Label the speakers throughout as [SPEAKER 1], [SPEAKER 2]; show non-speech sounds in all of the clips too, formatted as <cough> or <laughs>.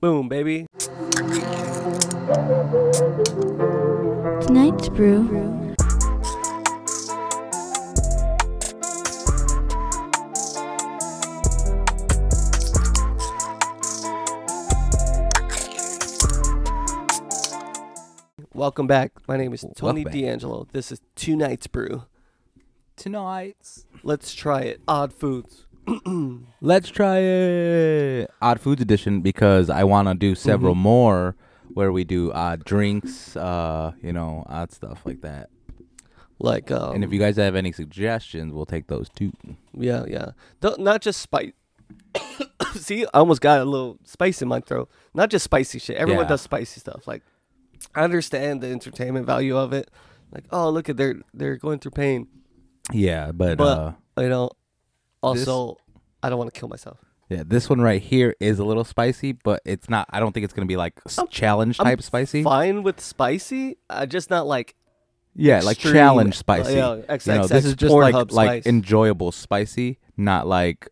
[SPEAKER 1] Boom, baby.
[SPEAKER 2] Tonight's brew.
[SPEAKER 1] Welcome back. My name is Tony
[SPEAKER 3] Welcome back.
[SPEAKER 1] D'Angelo. This is Two Nights Brew.
[SPEAKER 3] Tonight's.
[SPEAKER 1] Let's try it. Odd foods.
[SPEAKER 3] Let's try it. Odd Foods Edition because I want to do several
[SPEAKER 1] Mm-hmm.
[SPEAKER 3] more where we do odd drinks, uh, you know, odd stuff like that.
[SPEAKER 1] Like, um,
[SPEAKER 3] and if you guys have any suggestions, we'll take those too.
[SPEAKER 1] yeah, yeah. Don't, not just spice. <coughs> See, I almost got a little spice in my throat. Not just spicy shit. Everyone
[SPEAKER 3] Yeah.
[SPEAKER 1] does spicy stuff. Like, I understand the entertainment value of it. Like, oh, look at they're they're going through pain,
[SPEAKER 3] Yeah, but,
[SPEAKER 1] but
[SPEAKER 3] uh,
[SPEAKER 1] you know, also, I don't want to kill myself.
[SPEAKER 3] yeah, this one right here is a little spicy, but it's not. I don't think it's gonna be like s- challenge
[SPEAKER 1] I'm
[SPEAKER 3] type spicy.
[SPEAKER 1] Fine with spicy, I just not like
[SPEAKER 3] Yeah, like
[SPEAKER 1] extreme,
[SPEAKER 3] challenge
[SPEAKER 1] uh,
[SPEAKER 3] spicy.
[SPEAKER 1] yeah,
[SPEAKER 3] you know, this
[SPEAKER 1] XXX
[SPEAKER 3] is just like
[SPEAKER 1] Pornhub
[SPEAKER 3] like
[SPEAKER 1] spice.
[SPEAKER 3] enjoyable spicy, not like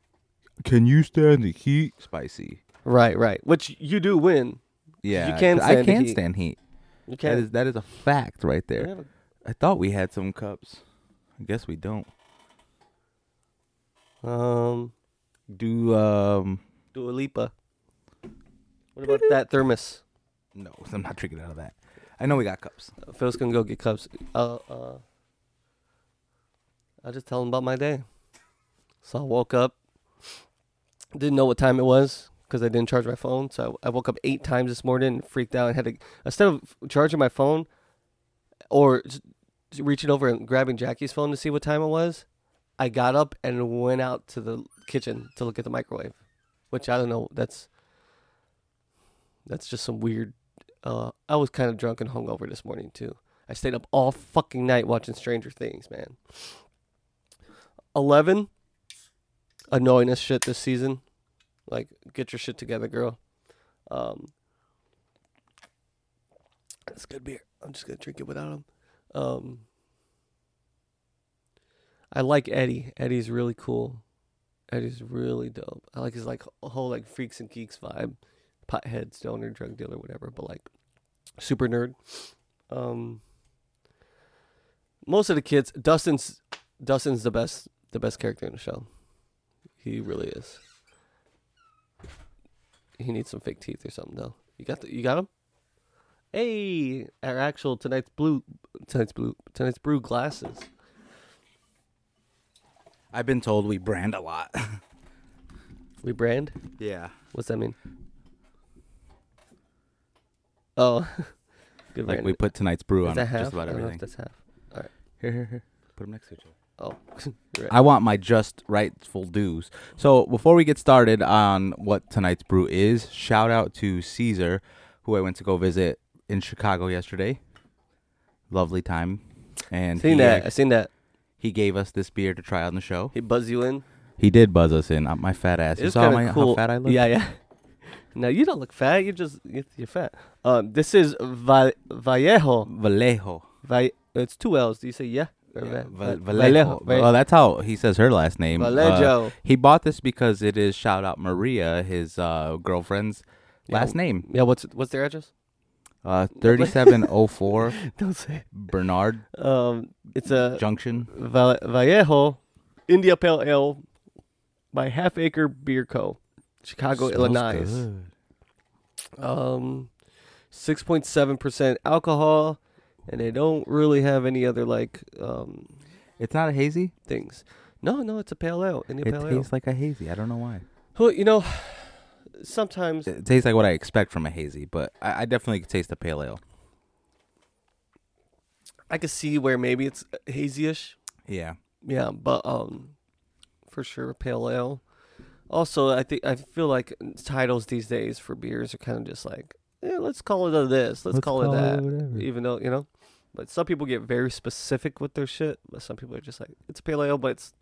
[SPEAKER 3] can you stand the heat spicy.
[SPEAKER 1] right, right. Which you do win.
[SPEAKER 3] Yeah,
[SPEAKER 1] can
[SPEAKER 3] 'cause I
[SPEAKER 1] stand the
[SPEAKER 3] can
[SPEAKER 1] heat.
[SPEAKER 3] stand heat.
[SPEAKER 1] You
[SPEAKER 3] That
[SPEAKER 1] can't.
[SPEAKER 3] is that is a fact right there.
[SPEAKER 1] Yeah, but-
[SPEAKER 3] I thought we had some cups. I guess we don't.
[SPEAKER 1] Um,
[SPEAKER 3] Do um
[SPEAKER 1] Dua Lipa. What about that thermos?
[SPEAKER 3] no, <laughs> I'm not drinking out of that. I know we got cups.
[SPEAKER 1] Uh, Phil's gonna go get cups. Uh, uh, I'll just tell him about my day. So I woke up, didn't know what time it was because I didn't charge my phone. So I woke up eight times this morning and freaked out and had to, instead of charging my phone or s- s- reaching over and grabbing Jackie's phone to see what time it was, I got up and went out to the kitchen to look at the microwave, which I don't know. That's, that's just some weird uh, I was kind of drunk and hungover this morning too. I stayed up all fucking night watching Stranger Things, man. Eleven, annoying as shit this season. Like, get your shit together, girl. Um, it's good beer. I'm just gonna drink it without him. Um, I like Eddie. Eddie's really cool. Eddie's really dope. I like his like whole like freaks and geeks vibe pothead, stoner, drug dealer, whatever, but like super nerd. Um, most of the kids, Dustin's Dustin's the best the best character in the show. He really is. He needs some fake teeth or something though. You got the, you got him. Hey, our actual tonight's blue tonight's blue tonight's brew glasses.
[SPEAKER 3] I've been told we brand a lot. <laughs>
[SPEAKER 1] We brand.
[SPEAKER 3] yeah.
[SPEAKER 1] What's that mean? Oh, <laughs> good.
[SPEAKER 3] Like
[SPEAKER 1] brand.
[SPEAKER 3] we put tonight's brew
[SPEAKER 1] is
[SPEAKER 3] on
[SPEAKER 1] that
[SPEAKER 3] it,
[SPEAKER 1] half?
[SPEAKER 3] just about
[SPEAKER 1] I don't know if
[SPEAKER 3] everything.
[SPEAKER 1] that's half.
[SPEAKER 3] Here, here, here. Put them next to each other.
[SPEAKER 1] Oh, <laughs> you're right.
[SPEAKER 3] I want my just rightful dues. So before we get started on what tonight's brew is, shout out to Caesar, who I went to go visit in Chicago yesterday. Lovely time, and
[SPEAKER 1] seen
[SPEAKER 3] he,
[SPEAKER 1] that. I
[SPEAKER 3] act-
[SPEAKER 1] seen that.
[SPEAKER 3] he gave us this beer to try on the show.
[SPEAKER 1] He buzz you in.
[SPEAKER 3] He did buzz us in. Uh, My fat ass. You
[SPEAKER 1] It's
[SPEAKER 3] saw
[SPEAKER 1] kind
[SPEAKER 3] my,
[SPEAKER 1] of cool.
[SPEAKER 3] how fat I look.
[SPEAKER 1] Yeah, <laughs> yeah. No, you don't look fat. You just you- you're fat. Um, this is Va- Vallejo.
[SPEAKER 3] Vallejo.
[SPEAKER 1] Va- it's two L's. Do you say yeah? or
[SPEAKER 3] Yeah,
[SPEAKER 1] va- va-
[SPEAKER 3] Val- Vallejo.
[SPEAKER 1] va-
[SPEAKER 3] Oh, that's how he says her last name. Uh,
[SPEAKER 1] Vallejo.
[SPEAKER 3] he bought this because it is shout out Maria, his uh, girlfriend's last name.
[SPEAKER 1] yeah. What's what's their
[SPEAKER 3] <laughs>
[SPEAKER 1] address?
[SPEAKER 3] Uh,
[SPEAKER 1] <laughs>
[SPEAKER 3] 3704
[SPEAKER 1] Don't say.
[SPEAKER 3] Bernard
[SPEAKER 1] it. Um, it's a
[SPEAKER 3] Junction.
[SPEAKER 1] Val- Vallejo India Pale Ale by Half Acre Beer Co. Chicago,
[SPEAKER 3] Smells
[SPEAKER 1] Illinois.
[SPEAKER 3] good.
[SPEAKER 1] Um, six point seven percent alcohol, and they don't really have any other like um
[SPEAKER 3] It's not a hazy.
[SPEAKER 1] things. No, no, it's a pale ale. India
[SPEAKER 3] It
[SPEAKER 1] pale ale.
[SPEAKER 3] tastes like a hazy. I don't know why.
[SPEAKER 1] Well, you know, sometimes
[SPEAKER 3] It tastes like what I expect from a hazy, but I, I definitely could taste the pale ale.
[SPEAKER 1] I could see where maybe it's uh, hazyish.
[SPEAKER 3] Yeah.
[SPEAKER 1] Yeah, but um, for sure pale ale. Also, I think I feel like titles these days for beers are kind of just like, eh, let's call it a this, let's, call, it that, even though you know. But some people get very specific with their shit. But some people are just like, it's pale ale, but it's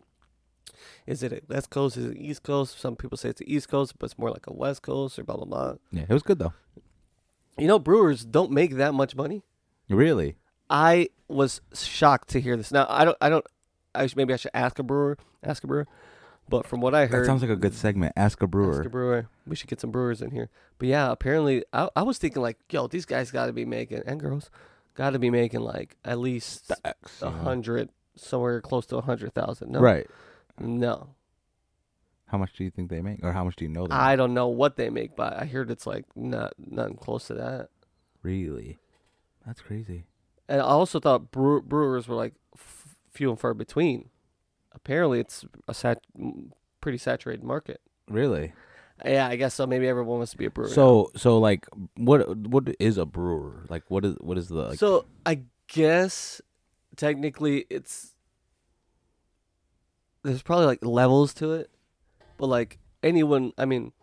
[SPEAKER 1] is it a West Coast? Is it East Coast? Some people say it's the East Coast, but it's more like a West Coast or blah blah blah.
[SPEAKER 3] Yeah, it was good though.
[SPEAKER 1] You know, brewers don't make that much money.
[SPEAKER 3] Really?
[SPEAKER 1] I was shocked to hear this. Now, I don't, I don't, I sh- maybe I should ask a brewer, ask a brewer, But from what I
[SPEAKER 3] That
[SPEAKER 1] heard,
[SPEAKER 3] sounds like a good segment. Ask a brewer.
[SPEAKER 1] Ask a brewer. We should get some brewers in here. But yeah, apparently, I, I was thinking like, yo, these guys got to be making and girls got to be making like at least
[SPEAKER 3] Facts,
[SPEAKER 1] a
[SPEAKER 3] you know.
[SPEAKER 1] hundred, somewhere close to a hundred thousand. No,
[SPEAKER 3] Right.
[SPEAKER 1] No,
[SPEAKER 3] How much do you think they make, or how much do you know they
[SPEAKER 1] I don't know what they make, but I heard it's like not nothing close to that.
[SPEAKER 3] make? Really, that's crazy.
[SPEAKER 1] And I also thought brew, brewers were like f- few and far between. Apparently, it's a sat- m- pretty saturated market.
[SPEAKER 3] Really.
[SPEAKER 1] Yeah, I guess so. Maybe everyone wants to be a brewer. now.
[SPEAKER 3] So, so like, what what is a brewer? Like, what is what is the like,
[SPEAKER 1] so I guess technically it's there's probably like levels to it, but like anyone, I mean,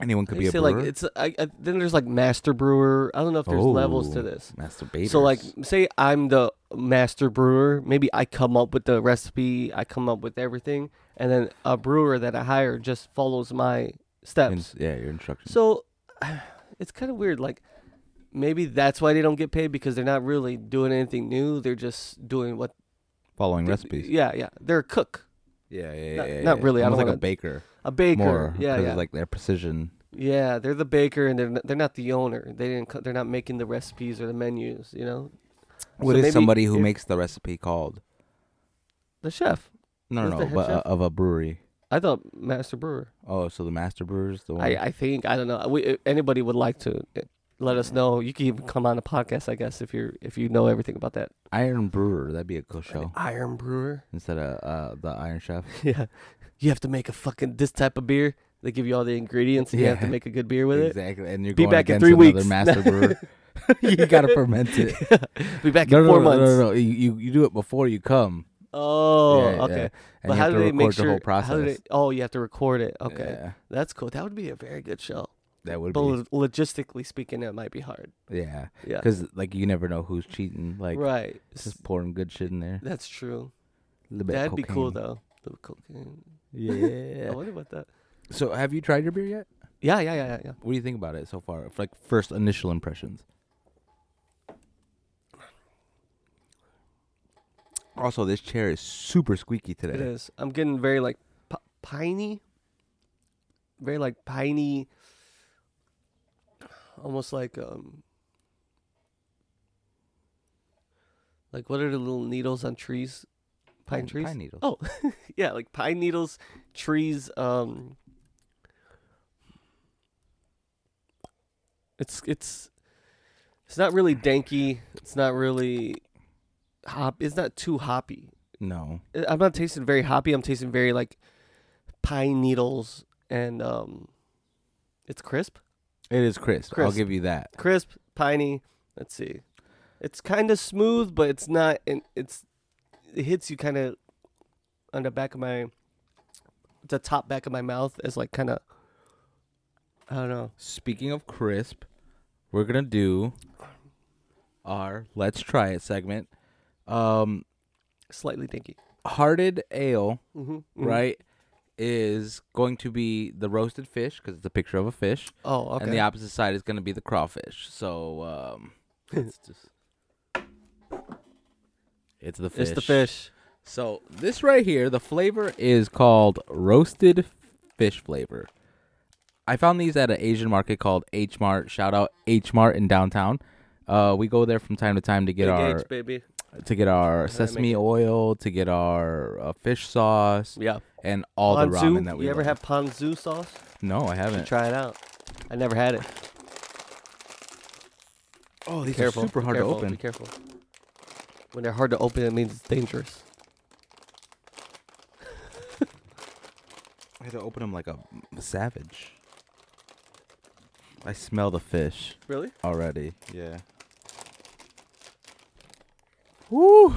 [SPEAKER 3] anyone could
[SPEAKER 1] you
[SPEAKER 3] be a
[SPEAKER 1] say
[SPEAKER 3] brewer?
[SPEAKER 1] like it's I, I, then there's like master brewer. I don't know if there's levels to
[SPEAKER 3] Oh,
[SPEAKER 1] this.
[SPEAKER 3] Masturbators.
[SPEAKER 1] So like, say I'm the master brewer. Maybe I come up with the recipe. I come up with everything, and then a brewer that I hire just follows my steps.
[SPEAKER 3] In- yeah, your instructions.
[SPEAKER 1] So <sighs> it's kind of weird. Like maybe that's why they don't get paid because they're not really doing anything new. They're just doing what
[SPEAKER 3] following
[SPEAKER 1] they-
[SPEAKER 3] recipes.
[SPEAKER 1] Yeah, yeah. They're a cook,
[SPEAKER 3] Yeah, yeah,
[SPEAKER 1] Not- not really, I
[SPEAKER 3] Almost
[SPEAKER 1] don't
[SPEAKER 3] like
[SPEAKER 1] wanna-
[SPEAKER 3] a baker.
[SPEAKER 1] a baker.
[SPEAKER 3] More,
[SPEAKER 1] yeah,
[SPEAKER 3] 'cause
[SPEAKER 1] yeah.
[SPEAKER 3] like their precision.
[SPEAKER 1] yeah, they're the baker, and they're not, they're not the owner. They didn't. co- They're not making the recipes or the menus. You know,
[SPEAKER 3] What
[SPEAKER 1] So
[SPEAKER 3] is
[SPEAKER 1] maybe
[SPEAKER 3] somebody who
[SPEAKER 1] if-
[SPEAKER 3] makes the recipe called?
[SPEAKER 1] the chef.
[SPEAKER 3] No,
[SPEAKER 1] Who's
[SPEAKER 3] no,
[SPEAKER 1] the
[SPEAKER 3] no,
[SPEAKER 1] head
[SPEAKER 3] but uh,
[SPEAKER 1] chef?
[SPEAKER 3] of a brewery.
[SPEAKER 1] I thought master brewer.
[SPEAKER 3] Oh, so the master brewers, the one.
[SPEAKER 1] I, I think I don't know. We, if anybody would like to eh, let us know. You can even come on the podcast, I guess, if you're if you know everything about that.
[SPEAKER 3] Iron Brewer. That'd be a cool show
[SPEAKER 1] Iron brewer.
[SPEAKER 3] instead of uh, the Iron Chef.
[SPEAKER 1] <laughs> Yeah. You have to make a fucking this type of beer. They give you all the ingredients and you have to
[SPEAKER 3] Yeah.
[SPEAKER 1] make a good beer with
[SPEAKER 3] exactly. And you're
[SPEAKER 1] Be
[SPEAKER 3] going
[SPEAKER 1] back in
[SPEAKER 3] against
[SPEAKER 1] three
[SPEAKER 3] another
[SPEAKER 1] weeks. <laughs>
[SPEAKER 3] master brewer. <laughs> you gotta ferment it.
[SPEAKER 1] it. Be back
[SPEAKER 3] No,
[SPEAKER 1] in
[SPEAKER 3] no,
[SPEAKER 1] four
[SPEAKER 3] no,
[SPEAKER 1] months.
[SPEAKER 3] no, no, no. You, you you do it before you come.
[SPEAKER 1] Oh,
[SPEAKER 3] Yeah, yeah.
[SPEAKER 1] okay.
[SPEAKER 3] And
[SPEAKER 1] But
[SPEAKER 3] you
[SPEAKER 1] how
[SPEAKER 3] have
[SPEAKER 1] do
[SPEAKER 3] to
[SPEAKER 1] they
[SPEAKER 3] record
[SPEAKER 1] make
[SPEAKER 3] the
[SPEAKER 1] sure
[SPEAKER 3] whole
[SPEAKER 1] how do they-
[SPEAKER 3] process?
[SPEAKER 1] oh, you have to record it. Okay.
[SPEAKER 3] Yeah,
[SPEAKER 1] That's cool. That would be a very good show.
[SPEAKER 3] that would
[SPEAKER 1] But
[SPEAKER 3] be.
[SPEAKER 1] lo- logistically speaking, it might be hard.
[SPEAKER 3] Yeah,
[SPEAKER 1] Yeah.
[SPEAKER 3] because like you never know who's cheating. Like
[SPEAKER 1] right.
[SPEAKER 3] just pouring good shit in there.
[SPEAKER 1] That's true.
[SPEAKER 3] Little bit of
[SPEAKER 1] That'd be cool
[SPEAKER 3] cocaine.
[SPEAKER 1] though. Little cocaine. I
[SPEAKER 3] Yeah.
[SPEAKER 1] <laughs> wonder about that.
[SPEAKER 3] so have you tried your beer yet?
[SPEAKER 1] Yeah, yeah, yeah, yeah, yeah.
[SPEAKER 3] What do you think about it so far? F- Like first initial impressions. Also, this chair is super squeaky
[SPEAKER 1] It
[SPEAKER 3] today.
[SPEAKER 1] is. I'm getting very like p- piney, very like piney, almost like um, like what are the little needles on trees? Pine trees.
[SPEAKER 3] Pine needles.
[SPEAKER 1] Oh. <laughs> Yeah, like pine needles, trees. Um, it's it's it's not really danky. It's not really hop. It's not too hoppy.
[SPEAKER 3] No.
[SPEAKER 1] I- uh, I'm not tasting very hoppy. I'm tasting very like pine needles and um, it's crisp,
[SPEAKER 3] It is crisp. I'll
[SPEAKER 1] Crisp.
[SPEAKER 3] give you that.
[SPEAKER 1] crisp, piney. Let's see, it's kind of smooth, but it's not. And it's it hits you kind of on the back of my the top back of my mouth is like kind of I don't know.
[SPEAKER 3] Speaking of crisp, we're gonna do our let's try it segment. Um,
[SPEAKER 1] Slightly dinky,
[SPEAKER 3] hearted ale,
[SPEAKER 1] mm-hmm,
[SPEAKER 3] right, is going to be the roasted fish because it's a picture of a fish,
[SPEAKER 1] Oh, okay.
[SPEAKER 3] and the opposite side is gonna be the crawfish. So um, it's just it's the fish.
[SPEAKER 1] it's the fish.
[SPEAKER 3] So this right here, the flavor is called roasted fish flavor. I found these at an Asian market called H Mart. Shout out H Mart in downtown. Uh, we go there from time to time to get
[SPEAKER 1] Big
[SPEAKER 3] our
[SPEAKER 1] H, baby.
[SPEAKER 3] to get our
[SPEAKER 1] make
[SPEAKER 3] sesame
[SPEAKER 1] it.
[SPEAKER 3] oil, to get our uh, fish sauce,
[SPEAKER 1] Yeah.
[SPEAKER 3] and all the
[SPEAKER 1] Ponzu.
[SPEAKER 3] ramen that we
[SPEAKER 1] you ever
[SPEAKER 3] love.
[SPEAKER 1] have ponzu sauce?
[SPEAKER 3] No, I haven't.
[SPEAKER 1] Try it out. I never had it.
[SPEAKER 3] Oh,
[SPEAKER 1] Be
[SPEAKER 3] these
[SPEAKER 1] careful.
[SPEAKER 3] are super
[SPEAKER 1] be
[SPEAKER 3] hard
[SPEAKER 1] careful,
[SPEAKER 3] to open.
[SPEAKER 1] Be careful. When they're hard to open, it means it's dangerous.
[SPEAKER 3] I had to open them like a savage. I smell the fish
[SPEAKER 1] Really?
[SPEAKER 3] already. Yeah. Woo!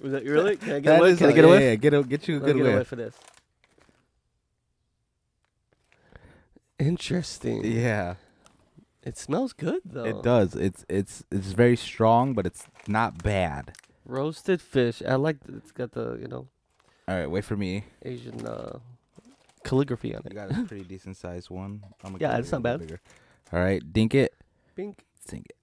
[SPEAKER 1] Was that really? Can I get
[SPEAKER 3] That
[SPEAKER 1] away?
[SPEAKER 3] is
[SPEAKER 1] Can I
[SPEAKER 3] like-
[SPEAKER 1] get
[SPEAKER 3] yeah,
[SPEAKER 1] away?
[SPEAKER 3] Yeah, get a, get you a
[SPEAKER 1] Let me
[SPEAKER 3] good
[SPEAKER 1] get away
[SPEAKER 3] whiff.
[SPEAKER 1] for this. Interesting.
[SPEAKER 3] Yeah,
[SPEAKER 1] It smells good though.
[SPEAKER 3] it does. It's it's it's very strong, but it's not bad.
[SPEAKER 1] Roasted fish. I like that it's got the you know
[SPEAKER 3] All right, wait for me.
[SPEAKER 1] Asian uh, calligraphy on
[SPEAKER 3] You
[SPEAKER 1] it.
[SPEAKER 3] got a pretty decent sized one. I'm
[SPEAKER 1] Yeah, it's not bad.
[SPEAKER 3] Bigger. All right, dink it,
[SPEAKER 1] Pink.
[SPEAKER 3] dink it.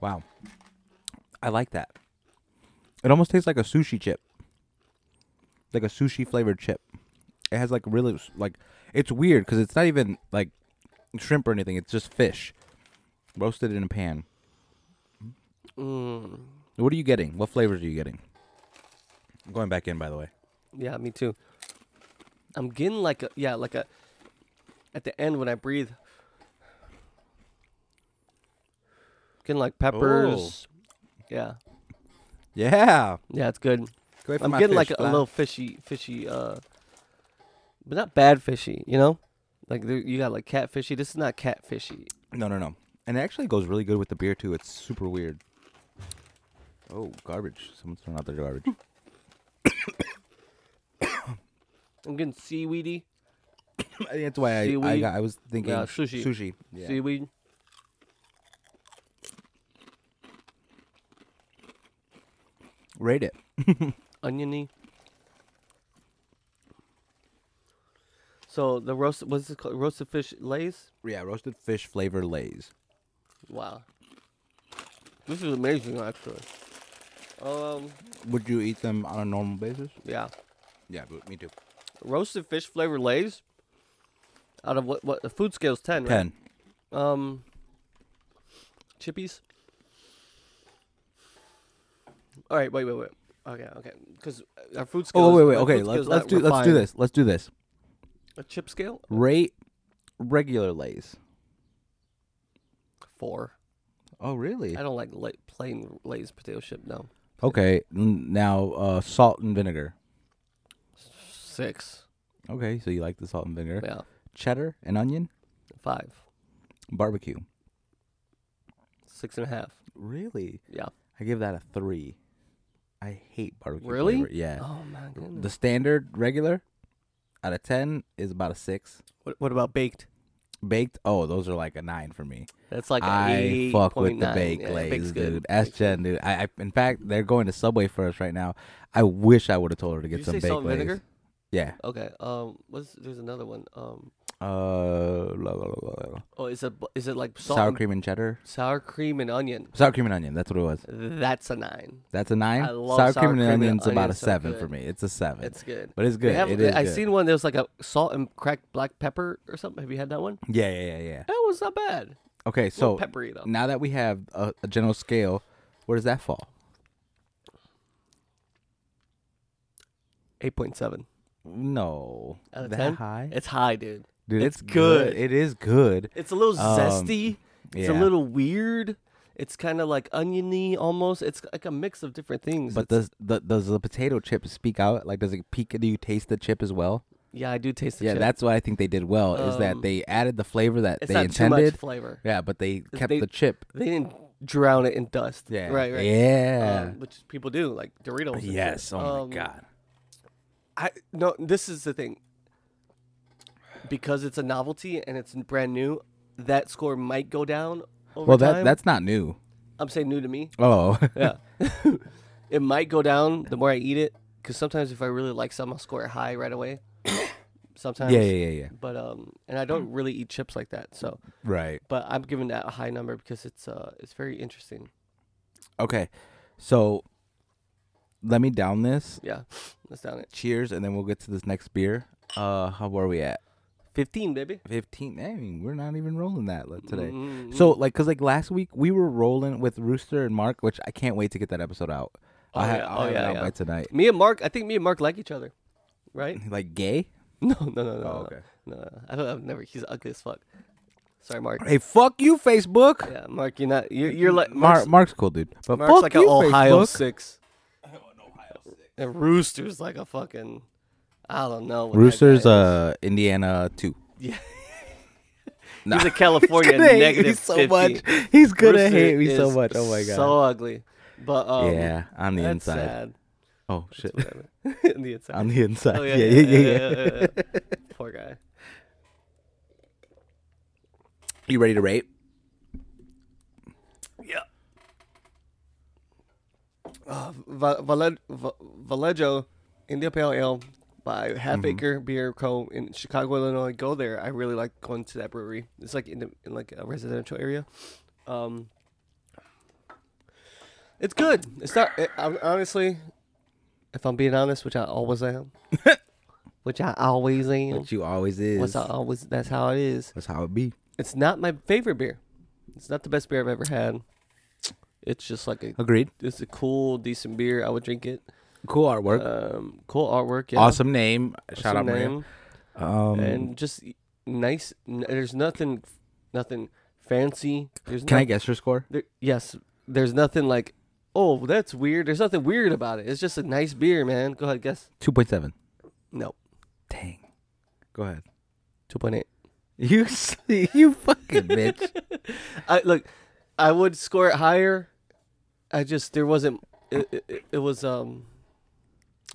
[SPEAKER 3] Wow. I like that. It almost tastes like a sushi chip. Like a sushi flavored chip. It has like really like it's weird cuz it's not even like shrimp or anything. It's just fish roasted in a pan.
[SPEAKER 1] Mm,
[SPEAKER 3] What are you getting? What flavors are you getting? I'm going back in by the way.
[SPEAKER 1] yeah, me too. I'm getting like a yeah, like a at the end when I breathe. Getting like peppers.
[SPEAKER 3] Oh.
[SPEAKER 1] Yeah.
[SPEAKER 3] Yeah.
[SPEAKER 1] Yeah, it's good.
[SPEAKER 3] Go away from
[SPEAKER 1] I'm
[SPEAKER 3] my
[SPEAKER 1] getting
[SPEAKER 3] fish,
[SPEAKER 1] like a,
[SPEAKER 3] blah.
[SPEAKER 1] little fishy, fishy, uh, but not bad fishy. You know, like there, you got like catfishy. This is not catfishy.
[SPEAKER 3] No, no, no. And it actually goes really good with the beer too. It's super weird. Oh, garbage. Someone's throwing out their <laughs> garbage.
[SPEAKER 1] I'm getting seaweedy,
[SPEAKER 3] I think that's why I, I,
[SPEAKER 1] Seaweed.
[SPEAKER 3] got, I was thinking
[SPEAKER 1] Yeah, sushi.
[SPEAKER 3] Sushi. Yeah.
[SPEAKER 1] seaweed.
[SPEAKER 3] Rate it.
[SPEAKER 1] oniony. So the roast what's it called? Roasted fish lays?
[SPEAKER 3] Yeah, roasted fish flavor lays.
[SPEAKER 1] Wow. This is amazing actually. Um
[SPEAKER 3] Would you eat them on a normal basis?
[SPEAKER 1] yeah.
[SPEAKER 3] Yeah, but me too.
[SPEAKER 1] Roasted fish flavor lays out of what what the food scale's ten,
[SPEAKER 3] Ten.
[SPEAKER 1] right? Um chippies. All right, wait, wait, wait. Okay, okay. Cuz our food scale
[SPEAKER 3] Oh
[SPEAKER 1] is-
[SPEAKER 3] wait, wait.
[SPEAKER 1] our
[SPEAKER 3] Okay,
[SPEAKER 1] food
[SPEAKER 3] let's
[SPEAKER 1] scale's
[SPEAKER 3] let's
[SPEAKER 1] not
[SPEAKER 3] do let's do
[SPEAKER 1] refined.
[SPEAKER 3] this. Let's do this.
[SPEAKER 1] A chip scale?
[SPEAKER 3] Rate regular lays.
[SPEAKER 1] 4.
[SPEAKER 3] Oh really?
[SPEAKER 1] I don't like la- plain Lay's potato chip. No,
[SPEAKER 3] Okay. n- Now uh, salt and vinegar.
[SPEAKER 1] six.
[SPEAKER 3] Okay, so you like the salt and vinegar.
[SPEAKER 1] Yeah,
[SPEAKER 3] Cheddar and onion.
[SPEAKER 1] five,
[SPEAKER 3] Barbecue.
[SPEAKER 1] six and a half.
[SPEAKER 3] Really?
[SPEAKER 1] Yeah.
[SPEAKER 3] I give that a three. I hate barbecue.
[SPEAKER 1] Really?
[SPEAKER 3] flavor. Yeah.
[SPEAKER 1] Oh my
[SPEAKER 3] The
[SPEAKER 1] goodness.
[SPEAKER 3] standard regular out of ten is about a six.
[SPEAKER 1] What, what about baked?
[SPEAKER 3] Baked, oh, those are like a nine for me.
[SPEAKER 1] That's like
[SPEAKER 3] I
[SPEAKER 1] a
[SPEAKER 3] fuck with the
[SPEAKER 1] 8.9.
[SPEAKER 3] baked
[SPEAKER 1] Yeah,
[SPEAKER 3] glaze,
[SPEAKER 1] baked's good.
[SPEAKER 3] dude. Ask Jen, dude. I, I, in fact, they're going to Subway for us right now. I wish I would have told her to
[SPEAKER 1] Did
[SPEAKER 3] get
[SPEAKER 1] you
[SPEAKER 3] some
[SPEAKER 1] say
[SPEAKER 3] baked
[SPEAKER 1] salt and
[SPEAKER 3] glaze.
[SPEAKER 1] vinegar?
[SPEAKER 3] Yeah.
[SPEAKER 1] Okay. Um, what's there's another one. Um,
[SPEAKER 3] Uh, la, la, la, la, la.
[SPEAKER 1] oh, is it bu- is it like salt
[SPEAKER 3] sour
[SPEAKER 1] and-
[SPEAKER 3] cream and cheddar.
[SPEAKER 1] sour cream and onion?
[SPEAKER 3] Sour cream and onion. That's what it was.
[SPEAKER 1] That's a nine.
[SPEAKER 3] That's a nine.
[SPEAKER 1] I love
[SPEAKER 3] sour,
[SPEAKER 1] sour
[SPEAKER 3] cream and
[SPEAKER 1] cream and
[SPEAKER 3] onion's about a
[SPEAKER 1] onion's so
[SPEAKER 3] seven for
[SPEAKER 1] good.
[SPEAKER 3] me. It's a seven,
[SPEAKER 1] It's good.
[SPEAKER 3] but it's
[SPEAKER 1] They
[SPEAKER 3] good.
[SPEAKER 1] have-
[SPEAKER 3] it is
[SPEAKER 1] I
[SPEAKER 3] good.
[SPEAKER 1] seen one. There was like a salt and cracked black pepper or something. Have you had that one?
[SPEAKER 3] Yeah, yeah, yeah, yeah.
[SPEAKER 1] That was not bad.
[SPEAKER 3] Okay,
[SPEAKER 1] A little
[SPEAKER 3] so
[SPEAKER 1] peppery though.
[SPEAKER 3] now that we have a, a general scale, where does that fall?
[SPEAKER 1] Eight point seven.
[SPEAKER 3] No,
[SPEAKER 1] Out of
[SPEAKER 3] that
[SPEAKER 1] 10?
[SPEAKER 3] high,
[SPEAKER 1] It's high, dude.
[SPEAKER 3] dude.
[SPEAKER 1] it's
[SPEAKER 3] It's, good.
[SPEAKER 1] good.
[SPEAKER 3] It is good.
[SPEAKER 1] It's a little
[SPEAKER 3] Um,
[SPEAKER 1] zesty. It's
[SPEAKER 3] yeah.
[SPEAKER 1] a little weird. It's kind of like oniony almost. It's like a mix of different things.
[SPEAKER 3] But
[SPEAKER 1] It's-
[SPEAKER 3] does the does the potato chip speak out? Like, does it peak? Do you taste the chip as well?
[SPEAKER 1] yeah, I do taste the
[SPEAKER 3] yeah,
[SPEAKER 1] chip.
[SPEAKER 3] that's what I think they did well. is that
[SPEAKER 1] Um,
[SPEAKER 3] they added the flavor that
[SPEAKER 1] it's
[SPEAKER 3] they
[SPEAKER 1] not too
[SPEAKER 3] intended.
[SPEAKER 1] much flavor.
[SPEAKER 3] Yeah, but they kept
[SPEAKER 1] they-
[SPEAKER 3] the chip.
[SPEAKER 1] They didn't drown it in dust.
[SPEAKER 3] Yeah,
[SPEAKER 1] right, right.
[SPEAKER 3] Yeah.
[SPEAKER 1] Um, which people do, like Doritos. and shit.
[SPEAKER 3] yes. Oh
[SPEAKER 1] Um,
[SPEAKER 3] my god.
[SPEAKER 1] I no. This is the thing. Because it's a novelty and it's brand new, that score might go down. Over
[SPEAKER 3] Well, that
[SPEAKER 1] time.
[SPEAKER 3] that's not new.
[SPEAKER 1] I'm saying new to
[SPEAKER 3] <laughs>
[SPEAKER 1] me.
[SPEAKER 3] Oh,
[SPEAKER 1] Yeah. it might go down the more I eat it, because sometimes if I really like something, I'll score it high right
[SPEAKER 3] <coughs>
[SPEAKER 1] away.
[SPEAKER 3] yeah,
[SPEAKER 1] Sometimes.
[SPEAKER 3] yeah, yeah, yeah.
[SPEAKER 1] But um, and I don't really eat chips like that, so.
[SPEAKER 3] Right.
[SPEAKER 1] But I'm giving that a high number because it's uh, it's very interesting.
[SPEAKER 3] Okay. So, let me down this.
[SPEAKER 1] Yeah, let's down it.
[SPEAKER 3] Cheers, and then we'll get to this next beer. Uh, how are we at?
[SPEAKER 1] Fifteen, baby.
[SPEAKER 3] Fifteen. I mean, we're not even rolling that li- today.
[SPEAKER 1] Mm,
[SPEAKER 3] So like, cause like last week we were rolling with Rooster and Mark, which I can't wait to get that episode out.
[SPEAKER 1] Oh,
[SPEAKER 3] I
[SPEAKER 1] yeah.
[SPEAKER 3] I'll
[SPEAKER 1] Oh,
[SPEAKER 3] have it
[SPEAKER 1] yeah,
[SPEAKER 3] out
[SPEAKER 1] yeah.
[SPEAKER 3] by tonight.
[SPEAKER 1] me and Mark, I think me and Mark like each other,
[SPEAKER 3] <laughs>
[SPEAKER 1] right? Uh,
[SPEAKER 3] Like gay? Oh,
[SPEAKER 1] No, no, no, no. no,
[SPEAKER 3] okay.
[SPEAKER 1] No, no, I don't. I've never. He's ugly as fuck. Sorry, Mark.
[SPEAKER 3] Hey, fuck you, Facebook.
[SPEAKER 1] Yeah, Mark, you're not. You're, you're like
[SPEAKER 3] Mark,
[SPEAKER 1] Mark's,
[SPEAKER 3] Mark's cool, dude. But
[SPEAKER 1] Mark's
[SPEAKER 3] Mm-hmm. fuck
[SPEAKER 1] like
[SPEAKER 3] you,
[SPEAKER 1] an Ohio
[SPEAKER 3] Facebook.
[SPEAKER 1] six. And Rooster's like a fucking. I don't know. what that
[SPEAKER 3] Rooster's
[SPEAKER 1] guy is.
[SPEAKER 3] uh Indiana
[SPEAKER 1] <laughs>
[SPEAKER 3] two.
[SPEAKER 1] Yeah.
[SPEAKER 3] <laughs> Nah.
[SPEAKER 1] He's a
[SPEAKER 3] <laughs>
[SPEAKER 1] California
[SPEAKER 3] gonna hate
[SPEAKER 1] negative
[SPEAKER 3] me so
[SPEAKER 1] 50.
[SPEAKER 3] much. He's gonna
[SPEAKER 1] Rooster
[SPEAKER 3] hate me so
[SPEAKER 1] is
[SPEAKER 3] much. Oh my god.
[SPEAKER 1] So ugly. But um,
[SPEAKER 3] yeah, on the
[SPEAKER 1] that's
[SPEAKER 3] inside.
[SPEAKER 1] sad.
[SPEAKER 3] <laughs> Oh shit,
[SPEAKER 1] Whatever. <laughs> On the inside.
[SPEAKER 3] on the inside. <laughs>
[SPEAKER 1] Oh,
[SPEAKER 3] yeah, yeah, yeah, yeah,
[SPEAKER 1] yeah, yeah, yeah. <laughs> Poor guy.
[SPEAKER 3] You ready to rate?
[SPEAKER 1] Yeah. Uh, Va- Valed- Va- Vallejo India Pale Ale by Half
[SPEAKER 3] Mm-hmm.
[SPEAKER 1] Acre Beer Co. in Chicago, Illinois. Go there. I really like going to that brewery. It's like in, the, in like a residential area. Um, It's good. It's not. It, I, honestly, if I'm being honest, which I always
[SPEAKER 3] <laughs>
[SPEAKER 1] am, which I always am,
[SPEAKER 3] Which you always is.
[SPEAKER 1] which I always that's how it is.
[SPEAKER 3] That's how it be.
[SPEAKER 1] It's not my favorite beer. It's not the best beer I've ever had. It's just like a
[SPEAKER 3] Agreed.
[SPEAKER 1] it's a cool, decent beer. I would drink it.
[SPEAKER 3] Cool artwork.
[SPEAKER 1] Um, cool artwork. Yeah.
[SPEAKER 3] awesome name. Shout
[SPEAKER 1] Awesome
[SPEAKER 3] out Maria.
[SPEAKER 1] name.
[SPEAKER 3] Um,
[SPEAKER 1] and just e, nice. N- there's nothing, nothing fancy. There's
[SPEAKER 3] can I
[SPEAKER 1] noth-
[SPEAKER 3] guess your score?
[SPEAKER 1] there- yes, there's nothing like. Oh, that's weird. There's nothing weird about it. It's just a nice beer, man. Go ahead, guess.
[SPEAKER 3] Two point seven.
[SPEAKER 1] No,
[SPEAKER 3] Dang. Go ahead.
[SPEAKER 1] two point eight.
[SPEAKER 3] <laughs> You s- you <laughs> fucking bitch.
[SPEAKER 1] I look. I would score it higher. I just there wasn't. It, it- it, it was um.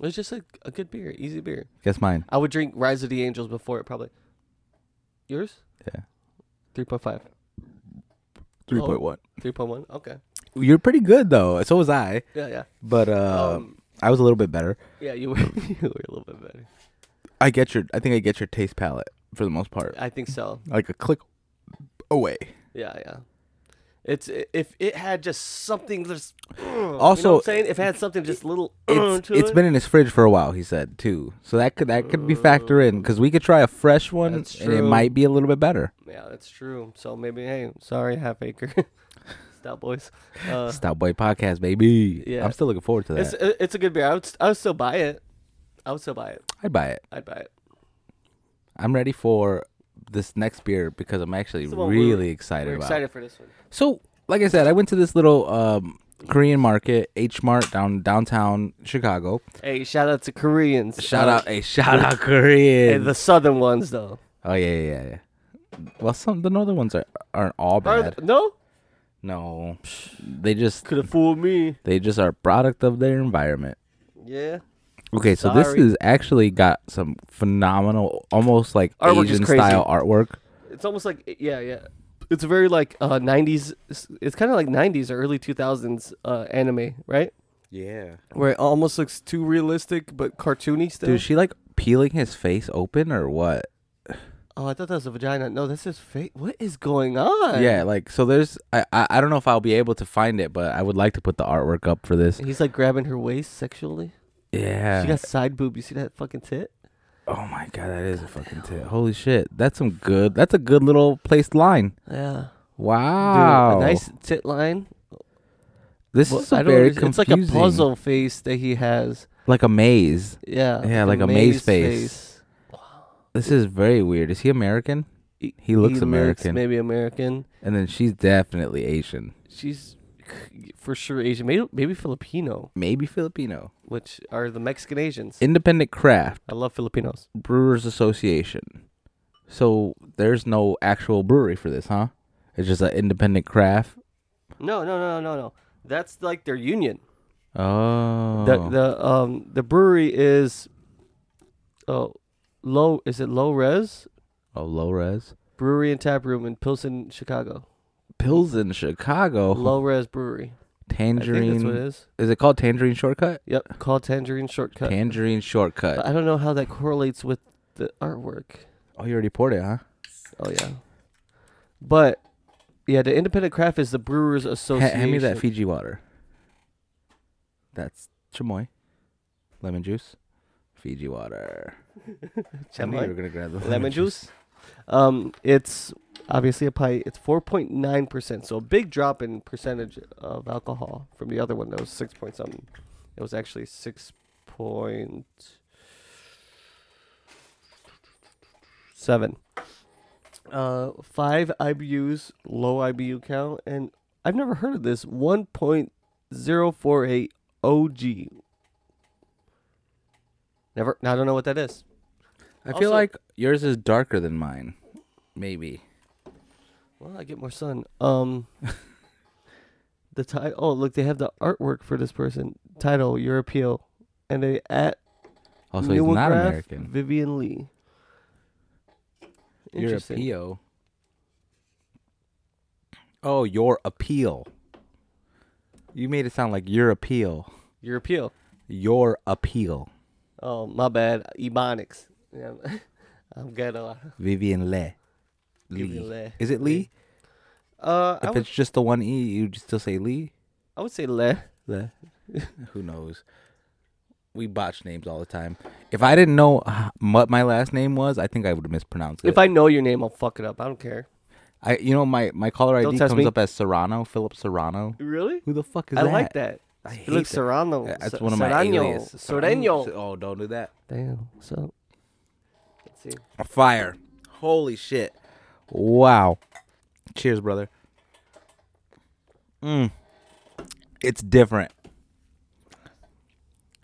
[SPEAKER 1] It was just a, a good beer, easy beer.
[SPEAKER 3] Guess mine.
[SPEAKER 1] I would drink Rise of the Angels before it probably. Yours?
[SPEAKER 3] Yeah.
[SPEAKER 1] Three point five.
[SPEAKER 3] Three point one.
[SPEAKER 1] Three point one. Okay.
[SPEAKER 3] You're pretty good though. So was I.
[SPEAKER 1] Yeah, yeah.
[SPEAKER 3] But uh,
[SPEAKER 1] um,
[SPEAKER 3] I was a little bit better.
[SPEAKER 1] Yeah, you <laughs> were you were a little bit better.
[SPEAKER 3] I get your. I think I get your taste palette for the most part.
[SPEAKER 1] I think so.
[SPEAKER 3] Like a click away.
[SPEAKER 1] Yeah, yeah. It's i- if it had just something just you know what
[SPEAKER 3] Also-
[SPEAKER 1] I'm saying if it had something just little
[SPEAKER 3] It's,
[SPEAKER 1] <clears throat> to
[SPEAKER 3] it's
[SPEAKER 1] it,
[SPEAKER 3] been in his fridge for a while. He said too. So that could that could be factor in because we could try a fresh one
[SPEAKER 1] That's
[SPEAKER 3] and it
[SPEAKER 1] true.
[SPEAKER 3] might be a little bit better.
[SPEAKER 1] yeah, that's true. So maybe hey, sorry, half acre, <laughs> stop boys. Uh,
[SPEAKER 3] Stop Boy Podcast, baby.
[SPEAKER 1] Yeah.
[SPEAKER 3] I'm still looking forward to
[SPEAKER 1] it's
[SPEAKER 3] that.
[SPEAKER 1] i- it's a good beer. I would st- I would still buy it. I would still buy it.
[SPEAKER 3] I'd buy it.
[SPEAKER 1] I'd buy it.
[SPEAKER 3] I'm ready for this next beer because I'm actually
[SPEAKER 1] It's the one we
[SPEAKER 3] really
[SPEAKER 1] were-
[SPEAKER 3] excited
[SPEAKER 1] We're
[SPEAKER 3] about.
[SPEAKER 1] excited for this one.
[SPEAKER 3] So, like I said, I went to this little um, Korean market, H Mart down downtown Chicago.
[SPEAKER 1] Hey, shout out to Koreans.
[SPEAKER 3] Shout
[SPEAKER 1] Uh,
[SPEAKER 3] out, hey, shout out
[SPEAKER 1] Hey,
[SPEAKER 3] Korean.
[SPEAKER 1] the southern ones though.
[SPEAKER 3] oh yeah, yeah, yeah, yeah. Well, some the northern ones are aren't all
[SPEAKER 1] Are
[SPEAKER 3] bad.
[SPEAKER 1] th- no,
[SPEAKER 3] No, they just
[SPEAKER 1] could have fooled me.
[SPEAKER 3] they just are a product of their environment.
[SPEAKER 1] Yeah.
[SPEAKER 3] Okay, so
[SPEAKER 1] Sorry.
[SPEAKER 3] this is actually got some phenomenal, almost like
[SPEAKER 1] Artwork is
[SPEAKER 3] Asian style artwork.
[SPEAKER 1] it's almost like yeah yeah it's very like uh 90s it's- it's kind of like 90s or early 2000s uh anime right
[SPEAKER 3] Yeah,
[SPEAKER 1] where it almost looks too realistic but cartoony still
[SPEAKER 3] dude, is she like peeling his face open or what?
[SPEAKER 1] oh i thought that was a vagina no that's his face what is going on
[SPEAKER 3] Yeah, like so. There's I, I I don't know if I'll be able to find it, but I would like to put the artwork up for this.
[SPEAKER 1] he's like grabbing her waist sexually
[SPEAKER 3] Yeah.
[SPEAKER 1] she got side boob you see that fucking tit
[SPEAKER 3] oh my god, that is a fucking tip. Holy shit, that's some good. That's a good little placed line.
[SPEAKER 1] yeah Dude,
[SPEAKER 3] Wow.
[SPEAKER 1] a nice tit line
[SPEAKER 3] This
[SPEAKER 1] Well,
[SPEAKER 3] is a
[SPEAKER 1] I don't
[SPEAKER 3] very
[SPEAKER 1] understand- it's
[SPEAKER 3] confusing.
[SPEAKER 1] like a puzzle face that he has
[SPEAKER 3] like a maze.
[SPEAKER 1] yeah
[SPEAKER 3] Yeah, like a maze face. This is very weird. Is he American?
[SPEAKER 1] He-
[SPEAKER 3] He looks American,
[SPEAKER 1] maybe american
[SPEAKER 3] and then she's definitely Asian,
[SPEAKER 1] she's for sure Asian, maybe, maybe Filipino,
[SPEAKER 3] maybe Filipino.
[SPEAKER 1] which are the Mexican Asians.
[SPEAKER 3] Independent Craft
[SPEAKER 1] I love Filipinos.
[SPEAKER 3] Brewers Association. So there's no actual brewery for this, huh? It's just an independent craft.
[SPEAKER 1] No, no, no, no, no. That's like their union.
[SPEAKER 3] Oh,
[SPEAKER 1] The the um the brewery is oh low is it low res
[SPEAKER 3] oh, low res
[SPEAKER 1] brewery and tap room in Pilsen, Chicago.
[SPEAKER 3] pills in Chicago.
[SPEAKER 1] Low res brewery. I think that's what it
[SPEAKER 3] Oh. tangerine.
[SPEAKER 1] is.
[SPEAKER 3] Is it called Tangerine Shortcut?
[SPEAKER 1] Yep. Called Tangerine Shortcut.
[SPEAKER 3] Tangerine
[SPEAKER 1] But
[SPEAKER 3] Shortcut.
[SPEAKER 1] I don't know how that correlates with the artwork.
[SPEAKER 3] Oh, you already poured it, huh?
[SPEAKER 1] Oh yeah. But yeah, the independent craft is the Brewers
[SPEAKER 3] Ha-
[SPEAKER 1] Association.
[SPEAKER 3] hand me that Fiji water. That's chamoy, lemon juice, Fiji water. I knew you
[SPEAKER 1] <laughs> Chamoy.
[SPEAKER 3] were gonna grab the
[SPEAKER 1] lemon juice. Um, it's obviously a pie. It's four point nine percent, so a big drop in percentage of alcohol from the other one that was six point something. It was actually six point seven. Uh, five IBUs, low IBU count, and I've never heard of this. One point zero four eight OG. Never, I don't know what that is.
[SPEAKER 3] I feel
[SPEAKER 1] Also-
[SPEAKER 3] like yours is darker than mine. Maybe.
[SPEAKER 1] Well, I get more sun.
[SPEAKER 3] <laughs>
[SPEAKER 1] Um, the title. Oh, look, they have the artwork for this person. Title: Your appeal, and they at
[SPEAKER 3] Also, he's not
[SPEAKER 1] Newograph
[SPEAKER 3] American.
[SPEAKER 1] Vivian Lee.
[SPEAKER 3] Your
[SPEAKER 1] Interesting.
[SPEAKER 3] appeal. Oh, your appeal. You made it sound like your appeal.
[SPEAKER 1] Your appeal.
[SPEAKER 3] Your appeal.
[SPEAKER 1] Oh, my bad. Ebonics. Yeah, <laughs> I'm ghetto.
[SPEAKER 3] Vivian Le. Lee.
[SPEAKER 1] Vivian Le.
[SPEAKER 3] Is it Lee?
[SPEAKER 1] Uh, I
[SPEAKER 3] If
[SPEAKER 1] would,
[SPEAKER 3] it's just the one E, you just still say Lee?
[SPEAKER 1] I would say Le. Yeah.
[SPEAKER 3] Who knows? We botch names all the time. If I didn't know h- what my last name was, I think I would have mispronounced it.
[SPEAKER 1] If I know your name, I'll fuck it up. I don't care.
[SPEAKER 3] I, you know, my my caller
[SPEAKER 1] Don't
[SPEAKER 3] ID
[SPEAKER 1] test
[SPEAKER 3] comes
[SPEAKER 1] me.
[SPEAKER 3] up as Serrano, Philip Serrano.
[SPEAKER 1] Really?
[SPEAKER 3] Who the fuck is
[SPEAKER 1] I
[SPEAKER 3] that?
[SPEAKER 1] like that.
[SPEAKER 3] I hate
[SPEAKER 1] Felix
[SPEAKER 3] that.
[SPEAKER 1] Serrano.
[SPEAKER 3] Yeah, That's
[SPEAKER 1] Se-
[SPEAKER 3] one of my
[SPEAKER 1] Serrano.
[SPEAKER 3] aliases.
[SPEAKER 1] Serrano.
[SPEAKER 3] Oh, don't do that.
[SPEAKER 1] Damn. So, let's see.
[SPEAKER 3] Fire. Holy shit. Wow. Cheers, brother. Mm. It's different.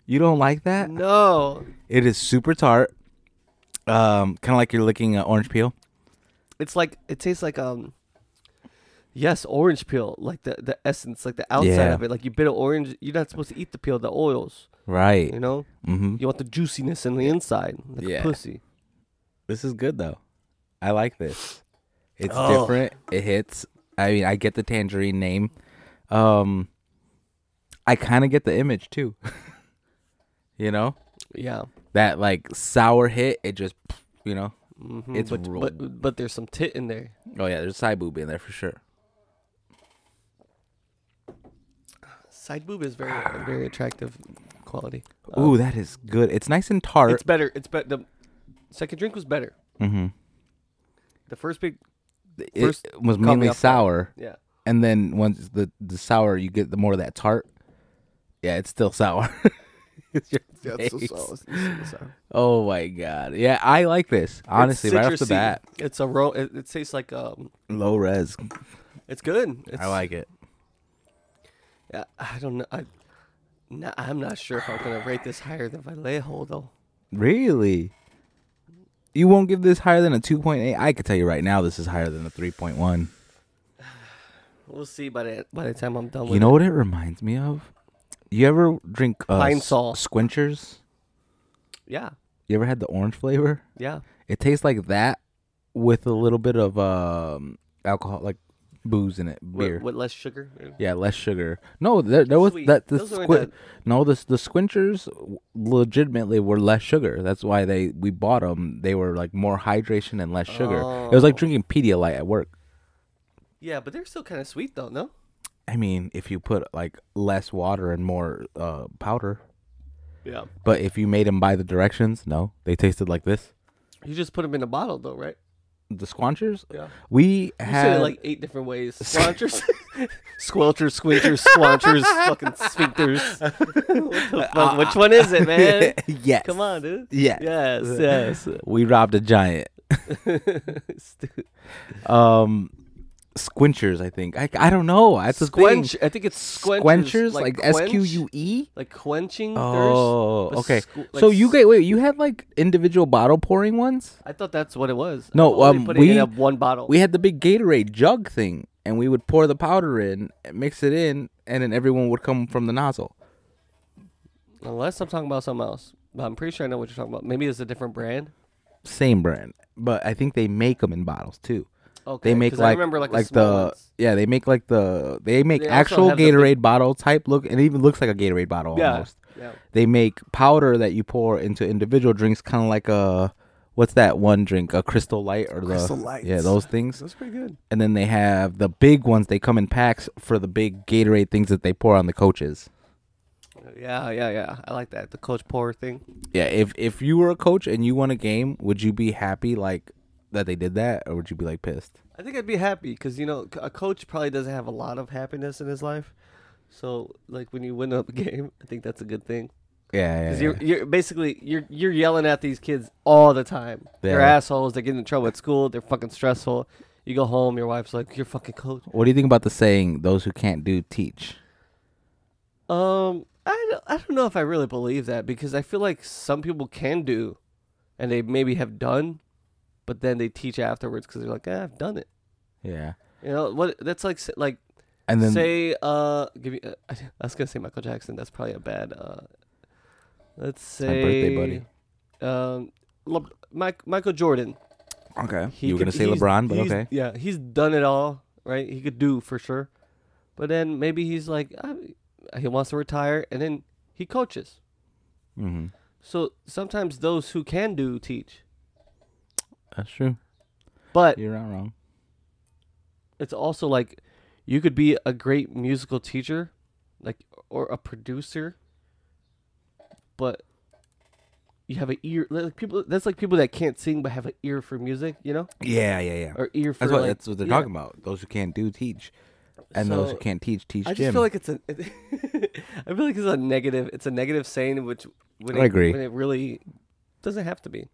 [SPEAKER 3] You don't like that?
[SPEAKER 1] No,
[SPEAKER 3] It is super tart. Um, kind of like you're licking an orange peel.
[SPEAKER 1] it's like it tastes like um. Yes, orange peel, like the the essence, like the outside
[SPEAKER 3] Yeah.
[SPEAKER 1] of it. Like you bit of orange, you're not supposed to eat the peel, the oils.
[SPEAKER 3] Right.
[SPEAKER 1] You know,
[SPEAKER 3] Mm-hmm.
[SPEAKER 1] you want the juiciness in the inside, like
[SPEAKER 3] Yeah.
[SPEAKER 1] a pussy.
[SPEAKER 3] This is good though. I like this. It's
[SPEAKER 1] Oh.
[SPEAKER 3] different. It hits. I mean, I get the tangerine name. Um, I kind of get the image too. <laughs> you know
[SPEAKER 1] Yeah,
[SPEAKER 3] that like sour hit. It just you know.
[SPEAKER 1] hmm
[SPEAKER 3] It's
[SPEAKER 1] but,
[SPEAKER 3] real-
[SPEAKER 1] but but there's some tit in there.
[SPEAKER 3] Oh yeah, there's side boob in there for sure.
[SPEAKER 1] Side boob is very very attractive quality. Um,
[SPEAKER 3] Ooh, that is good. It's nice and tart.
[SPEAKER 1] it's better. It's better. The second drink was better.
[SPEAKER 3] mm-hmm.
[SPEAKER 1] The first big,
[SPEAKER 3] It
[SPEAKER 1] First
[SPEAKER 3] was
[SPEAKER 1] caught me
[SPEAKER 3] mainly
[SPEAKER 1] off guard.
[SPEAKER 3] sour,
[SPEAKER 1] yeah.
[SPEAKER 3] and then once the the sour, you get the more of that tart. Yeah, it's still <laughs> sour. It's your face. Oh my god. Yeah, I like this. Honestly, right off the
[SPEAKER 1] citrusy.
[SPEAKER 3] bat.
[SPEAKER 1] It's a ro- it, it tastes like um
[SPEAKER 3] Low res.
[SPEAKER 1] it's good. It's,
[SPEAKER 3] I like it.
[SPEAKER 1] Yeah, I don't know. I no, I'm not sure if I'm gonna rate this higher than Vallejo though.
[SPEAKER 3] Really? You won't give this higher than a 2.8. I could tell you right now this is higher than a 3.1.
[SPEAKER 1] We'll see by the by the time I'm done with
[SPEAKER 3] You know what it reminds me of? You ever drink uh,
[SPEAKER 1] Pine
[SPEAKER 3] s-
[SPEAKER 1] Sol.
[SPEAKER 3] Squinchers?
[SPEAKER 1] it. Yeah,
[SPEAKER 3] You ever had the orange flavor?
[SPEAKER 1] yeah.
[SPEAKER 3] It tastes like that with a little bit of um alcohol like booze in it,
[SPEAKER 1] With,
[SPEAKER 3] beer.
[SPEAKER 1] with less sugar.
[SPEAKER 3] Yeah, less sugar. No, there, there was
[SPEAKER 1] Sweet.
[SPEAKER 3] that the
[SPEAKER 1] Those aren't
[SPEAKER 3] squid.
[SPEAKER 1] that-
[SPEAKER 3] No, the the squinchers w- legitimately were less sugar. That's why they we bought them. They were like more hydration and less sugar. It was like
[SPEAKER 1] Oh.
[SPEAKER 3] drinking Pedialyte at work.
[SPEAKER 1] Yeah, but they're still kind of sweet though. No.
[SPEAKER 3] I mean, if you put like less water and more uh, powder,
[SPEAKER 1] Yeah.
[SPEAKER 3] but if you made them by the directions, no, they tasted like this.
[SPEAKER 1] You just put them in a bottle though, right?
[SPEAKER 3] The squanchers
[SPEAKER 1] Yeah.
[SPEAKER 3] we
[SPEAKER 1] You said
[SPEAKER 3] had
[SPEAKER 1] it
[SPEAKER 3] <laughs>
[SPEAKER 1] like eight different ways. Squanchers, <laughs> squelchers, squinchers,
[SPEAKER 3] <laughs>
[SPEAKER 1] squanchers, fucking sphincters. What the fuck? Which one is it, man?
[SPEAKER 3] <laughs> yes,
[SPEAKER 1] "Eh? Come on, dude.
[SPEAKER 3] yes,
[SPEAKER 1] Yes, yes.
[SPEAKER 3] We robbed a giant.
[SPEAKER 1] <laughs> Stu-
[SPEAKER 3] um squinchers i think i, I don't know that's the thing.
[SPEAKER 1] Squench. I think it's squenchers.
[SPEAKER 3] squenchers like,
[SPEAKER 1] quench,
[SPEAKER 3] s-q-u-e
[SPEAKER 1] Like quenching
[SPEAKER 3] E.
[SPEAKER 1] thirst.
[SPEAKER 3] oh
[SPEAKER 1] but
[SPEAKER 3] okay
[SPEAKER 1] squ-
[SPEAKER 3] so
[SPEAKER 1] like
[SPEAKER 3] you
[SPEAKER 1] s-
[SPEAKER 3] get wait you had like individual bottle pouring ones
[SPEAKER 1] I thought that's what it was.
[SPEAKER 3] No,
[SPEAKER 1] I'm only
[SPEAKER 3] um,
[SPEAKER 1] putting it
[SPEAKER 3] we-
[SPEAKER 1] in one bottle.
[SPEAKER 3] we had the big gatorade jug thing and we would pour the powder in and mix it in and then everyone would come from the nozzle
[SPEAKER 1] Unless I'm talking about something else, but I'm pretty sure I know what you're talking about. Maybe it's a different brand.
[SPEAKER 3] same brand but i think they make them in bottles too
[SPEAKER 1] Okay,
[SPEAKER 3] they make
[SPEAKER 1] 'cause
[SPEAKER 3] like
[SPEAKER 1] I remember like,
[SPEAKER 3] like,
[SPEAKER 1] the
[SPEAKER 3] the
[SPEAKER 1] small ones.
[SPEAKER 3] yeah they make like the they make
[SPEAKER 1] They also
[SPEAKER 3] actual
[SPEAKER 1] have the big-
[SPEAKER 3] Gatorade bottle type look and it even looks like a Gatorade bottle
[SPEAKER 1] Yeah.
[SPEAKER 3] almost
[SPEAKER 1] Yeah.
[SPEAKER 3] they make powder that you pour into individual drinks, kind of like a what's that one drink, a Crystal Light or the
[SPEAKER 1] Crystal Lights.
[SPEAKER 3] yeah those things.
[SPEAKER 1] That's pretty good.
[SPEAKER 3] And then they have the big ones. They come in packs for the big Gatorade things that they pour on the coaches.
[SPEAKER 1] Yeah, yeah, yeah. I like that. The coach pour thing.
[SPEAKER 3] Yeah, if if you were a coach and you won a game, would you be happy like that they did that, or would you be like pissed?
[SPEAKER 1] I think I'd be happy because you know c- a coach probably doesn't have a lot of happiness in his life. So like when you win a <laughs> game, I think that's a good thing.
[SPEAKER 3] Yeah, yeah,
[SPEAKER 1] Because
[SPEAKER 3] yeah.
[SPEAKER 1] you're, you're basically you're you're yelling at these kids all the time. They're
[SPEAKER 3] Yeah.
[SPEAKER 1] assholes. They get in trouble at school. They're fucking stressful. You go home. Your wife's like, "You're fucking coach."
[SPEAKER 3] What do you think about the saying "those who can't do teach"?
[SPEAKER 1] Um, I don't, I don't know if I really believe that because I feel like some people can do, and they maybe have done, but then they teach afterwards because they're like, eh, "I've done it."
[SPEAKER 3] Yeah,
[SPEAKER 1] You know what? That's like s- like
[SPEAKER 3] and then
[SPEAKER 1] say uh give me uh, <laughs> I was gonna say Michael Jackson. That's probably a bad uh. Let's
[SPEAKER 3] my
[SPEAKER 1] say
[SPEAKER 3] birthday buddy.
[SPEAKER 1] Um, Le- Mike, Michael Jordan.
[SPEAKER 3] okay,
[SPEAKER 1] He
[SPEAKER 3] you were
[SPEAKER 1] could-
[SPEAKER 3] gonna say
[SPEAKER 1] he's-
[SPEAKER 3] LeBron, but
[SPEAKER 1] he's-
[SPEAKER 3] okay,
[SPEAKER 1] Yeah, he's done it all, right? He could do for sure. But then maybe he's like, I, he wants to retire, and then he coaches.
[SPEAKER 3] mm-hmm.
[SPEAKER 1] So sometimes those who can do teach,
[SPEAKER 3] that's true.
[SPEAKER 1] but
[SPEAKER 3] You're not wrong.
[SPEAKER 1] it's also like you could be a great musical teacher, like or a producer, but you have an ear like people. That's like people that can't sing but have an ear for music, you know,
[SPEAKER 3] Yeah, yeah, yeah.
[SPEAKER 1] or ear for
[SPEAKER 3] That's what
[SPEAKER 1] like,
[SPEAKER 3] that's what they're
[SPEAKER 1] yeah.
[SPEAKER 3] talking about. Those who can't do teach, and those
[SPEAKER 1] So,
[SPEAKER 3] who can't teach teach.
[SPEAKER 1] I just
[SPEAKER 3] gym.
[SPEAKER 1] feel like it's a. It, <laughs> I feel like it's a negative. It's a negative saying, which when
[SPEAKER 3] I
[SPEAKER 1] it,
[SPEAKER 3] agree.
[SPEAKER 1] When it really doesn't have to be.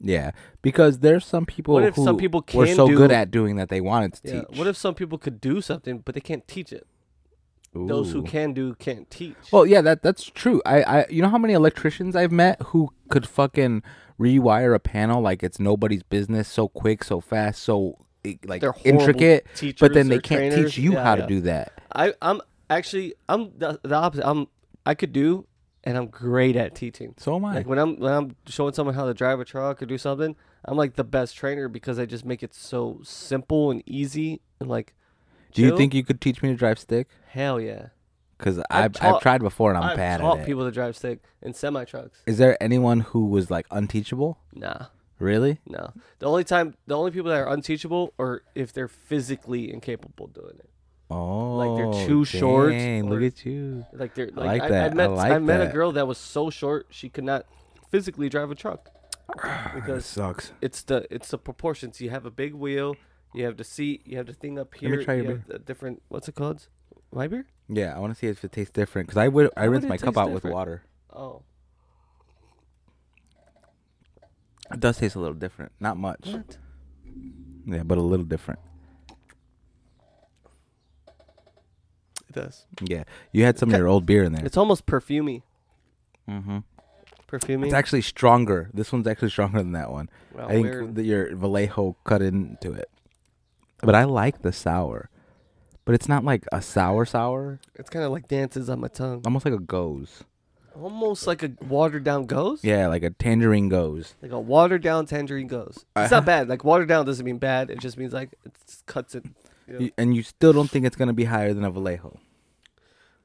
[SPEAKER 3] yeah, because there's some people
[SPEAKER 1] What if
[SPEAKER 3] who
[SPEAKER 1] some people
[SPEAKER 3] were
[SPEAKER 1] can
[SPEAKER 3] so
[SPEAKER 1] do-
[SPEAKER 3] good at doing that they wanted to
[SPEAKER 1] Yeah.
[SPEAKER 3] teach.
[SPEAKER 1] What if some people could do something, but they can't teach it? Those who
[SPEAKER 3] Ooh.
[SPEAKER 1] can do can't teach.
[SPEAKER 3] Well, yeah, that that's true. I, I you know how many electricians I've met who could fucking rewire a panel like it's nobody's business so quick, so fast, so eh, like
[SPEAKER 1] They're horrible
[SPEAKER 3] intricate, but
[SPEAKER 1] teachers
[SPEAKER 3] then they
[SPEAKER 1] or
[SPEAKER 3] can't
[SPEAKER 1] trainers.
[SPEAKER 3] teach you
[SPEAKER 1] Yeah,
[SPEAKER 3] how
[SPEAKER 1] yeah.
[SPEAKER 3] to do that.
[SPEAKER 1] I I'm actually I'm the, the opposite. I'm I could do, and I'm great at teaching.
[SPEAKER 3] So am I.
[SPEAKER 1] Like when I'm when I'm showing someone how to drive a truck or do something, I'm like the best trainer because I just make it so simple and easy and like
[SPEAKER 3] do you
[SPEAKER 1] chill.
[SPEAKER 3] think you could teach me to drive stick?
[SPEAKER 1] hell yeah.
[SPEAKER 3] Because I've,
[SPEAKER 1] I've
[SPEAKER 3] I've,
[SPEAKER 1] taught-
[SPEAKER 3] tried before and I'm
[SPEAKER 1] I've
[SPEAKER 3] bad
[SPEAKER 1] taught
[SPEAKER 3] at it. Is
[SPEAKER 1] people to drive stick in semi trucks.
[SPEAKER 3] there anyone who was like unteachable?
[SPEAKER 1] Nah,
[SPEAKER 3] Really?
[SPEAKER 1] no. The only time the only people that are unteachable are if they're physically incapable of doing it.
[SPEAKER 3] Oh,
[SPEAKER 1] too short
[SPEAKER 3] dang, Look
[SPEAKER 1] or-
[SPEAKER 3] at you.
[SPEAKER 1] Like they're
[SPEAKER 3] like
[SPEAKER 1] like I, I
[SPEAKER 3] that. I
[SPEAKER 1] met I,
[SPEAKER 3] like
[SPEAKER 1] met
[SPEAKER 3] that.
[SPEAKER 1] a girl that was so short she could not physically drive a
[SPEAKER 3] <sighs>
[SPEAKER 1] truck
[SPEAKER 3] That
[SPEAKER 1] because
[SPEAKER 3] sucks.
[SPEAKER 1] it's the it's the proportions. You have a big wheel, you have the seat, you have the thing up
[SPEAKER 3] me
[SPEAKER 1] here.
[SPEAKER 3] try your
[SPEAKER 1] you have the different what's it called? My beer?
[SPEAKER 3] Yeah, I want to see if it tastes different because I would I rinse
[SPEAKER 1] would it
[SPEAKER 3] my cup
[SPEAKER 1] taste
[SPEAKER 3] out with
[SPEAKER 1] different?
[SPEAKER 3] water.
[SPEAKER 1] Oh,
[SPEAKER 3] It does taste a little different. Not much.
[SPEAKER 1] what?
[SPEAKER 3] Yeah, but a little different.
[SPEAKER 1] It does.
[SPEAKER 3] Yeah, you had some of your old beer in there.
[SPEAKER 1] It's almost perfumey.
[SPEAKER 3] Mm-hmm.
[SPEAKER 1] Perfumey.
[SPEAKER 3] It's actually stronger. This one's actually stronger than that one.
[SPEAKER 1] Wow,
[SPEAKER 3] I think
[SPEAKER 1] weird.
[SPEAKER 3] that your Vallejo cut into it. But I like the sour, but it's not like a sour sour.
[SPEAKER 1] It's kind of like dances on my tongue.
[SPEAKER 3] Almost like a goes.
[SPEAKER 1] Almost like a watered down goes.
[SPEAKER 3] Yeah, like a tangerine goes.
[SPEAKER 1] Like a watered down tangerine goes. It's
[SPEAKER 3] <laughs>
[SPEAKER 1] not bad. Like watered down doesn't mean bad. It just means like it just cuts it. Yeah.
[SPEAKER 3] You- and you still don't think it's gonna be higher than a Vallejo.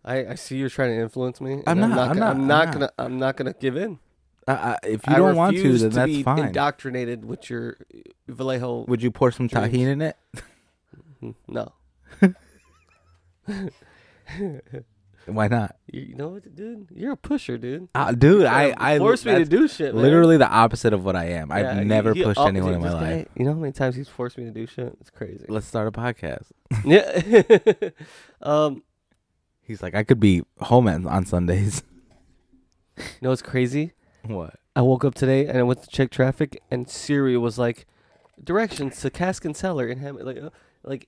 [SPEAKER 1] I, I see you're trying to influence me. and
[SPEAKER 3] I'm not-
[SPEAKER 1] gonna-
[SPEAKER 3] I'm not-
[SPEAKER 1] I'm
[SPEAKER 3] I'm
[SPEAKER 1] not
[SPEAKER 3] not.
[SPEAKER 1] gonna. I'm not gonna give in.
[SPEAKER 3] Uh, uh, if you
[SPEAKER 1] I
[SPEAKER 3] don't want to,
[SPEAKER 1] refuse
[SPEAKER 3] then that's
[SPEAKER 1] be
[SPEAKER 3] fine.
[SPEAKER 1] Indoctrinated with your Vallejo.
[SPEAKER 3] Would you pour some
[SPEAKER 1] Drinks.
[SPEAKER 3] tahini in it?
[SPEAKER 1] Mm, <laughs> No.
[SPEAKER 3] Why not?
[SPEAKER 1] You, you know what, dude? You're a pusher, dude.
[SPEAKER 3] Uh, dude, I,
[SPEAKER 1] Trying to
[SPEAKER 3] I
[SPEAKER 1] force me to
[SPEAKER 3] that's
[SPEAKER 1] do shit. man.
[SPEAKER 3] literally the opposite of what I am. I've
[SPEAKER 1] Yeah,
[SPEAKER 3] never
[SPEAKER 1] he- he-
[SPEAKER 3] pushed
[SPEAKER 1] oh,
[SPEAKER 3] anyone
[SPEAKER 1] dude,
[SPEAKER 3] in my
[SPEAKER 1] this
[SPEAKER 3] life.
[SPEAKER 1] guy- you know how many times he's forced me to do shit? It's crazy.
[SPEAKER 3] Let's start a podcast.
[SPEAKER 1] <laughs> yeah. <laughs> um,
[SPEAKER 3] He's like, I could be home on, on Sundays. <laughs>
[SPEAKER 1] you know what's crazy?
[SPEAKER 3] What?
[SPEAKER 1] I woke up today and I went to check traffic, and Siri was like, "Directions to Cask and Cellar in Hammond." Like, uh, like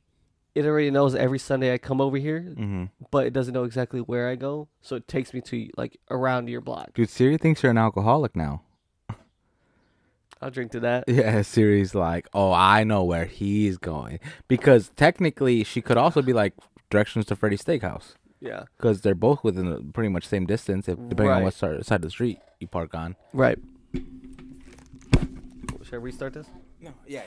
[SPEAKER 1] it already knows every Sunday I come over here,
[SPEAKER 3] Mm-hmm.
[SPEAKER 1] but it doesn't know exactly where I go, so it takes me to like around your block.
[SPEAKER 3] Dude, Siri thinks you're an alcoholic now.
[SPEAKER 1] I'll drink to that.
[SPEAKER 3] Yeah, Siri's like, oh, I know where he's going. Because technically, she could also be like, directions to Freddy's Steakhouse.
[SPEAKER 1] Yeah.
[SPEAKER 3] Because they're both within the pretty much same distance, if, depending on
[SPEAKER 1] Right.
[SPEAKER 3] what side side of the street you park on.
[SPEAKER 1] Right. Should I restart this?
[SPEAKER 3] No, yeah,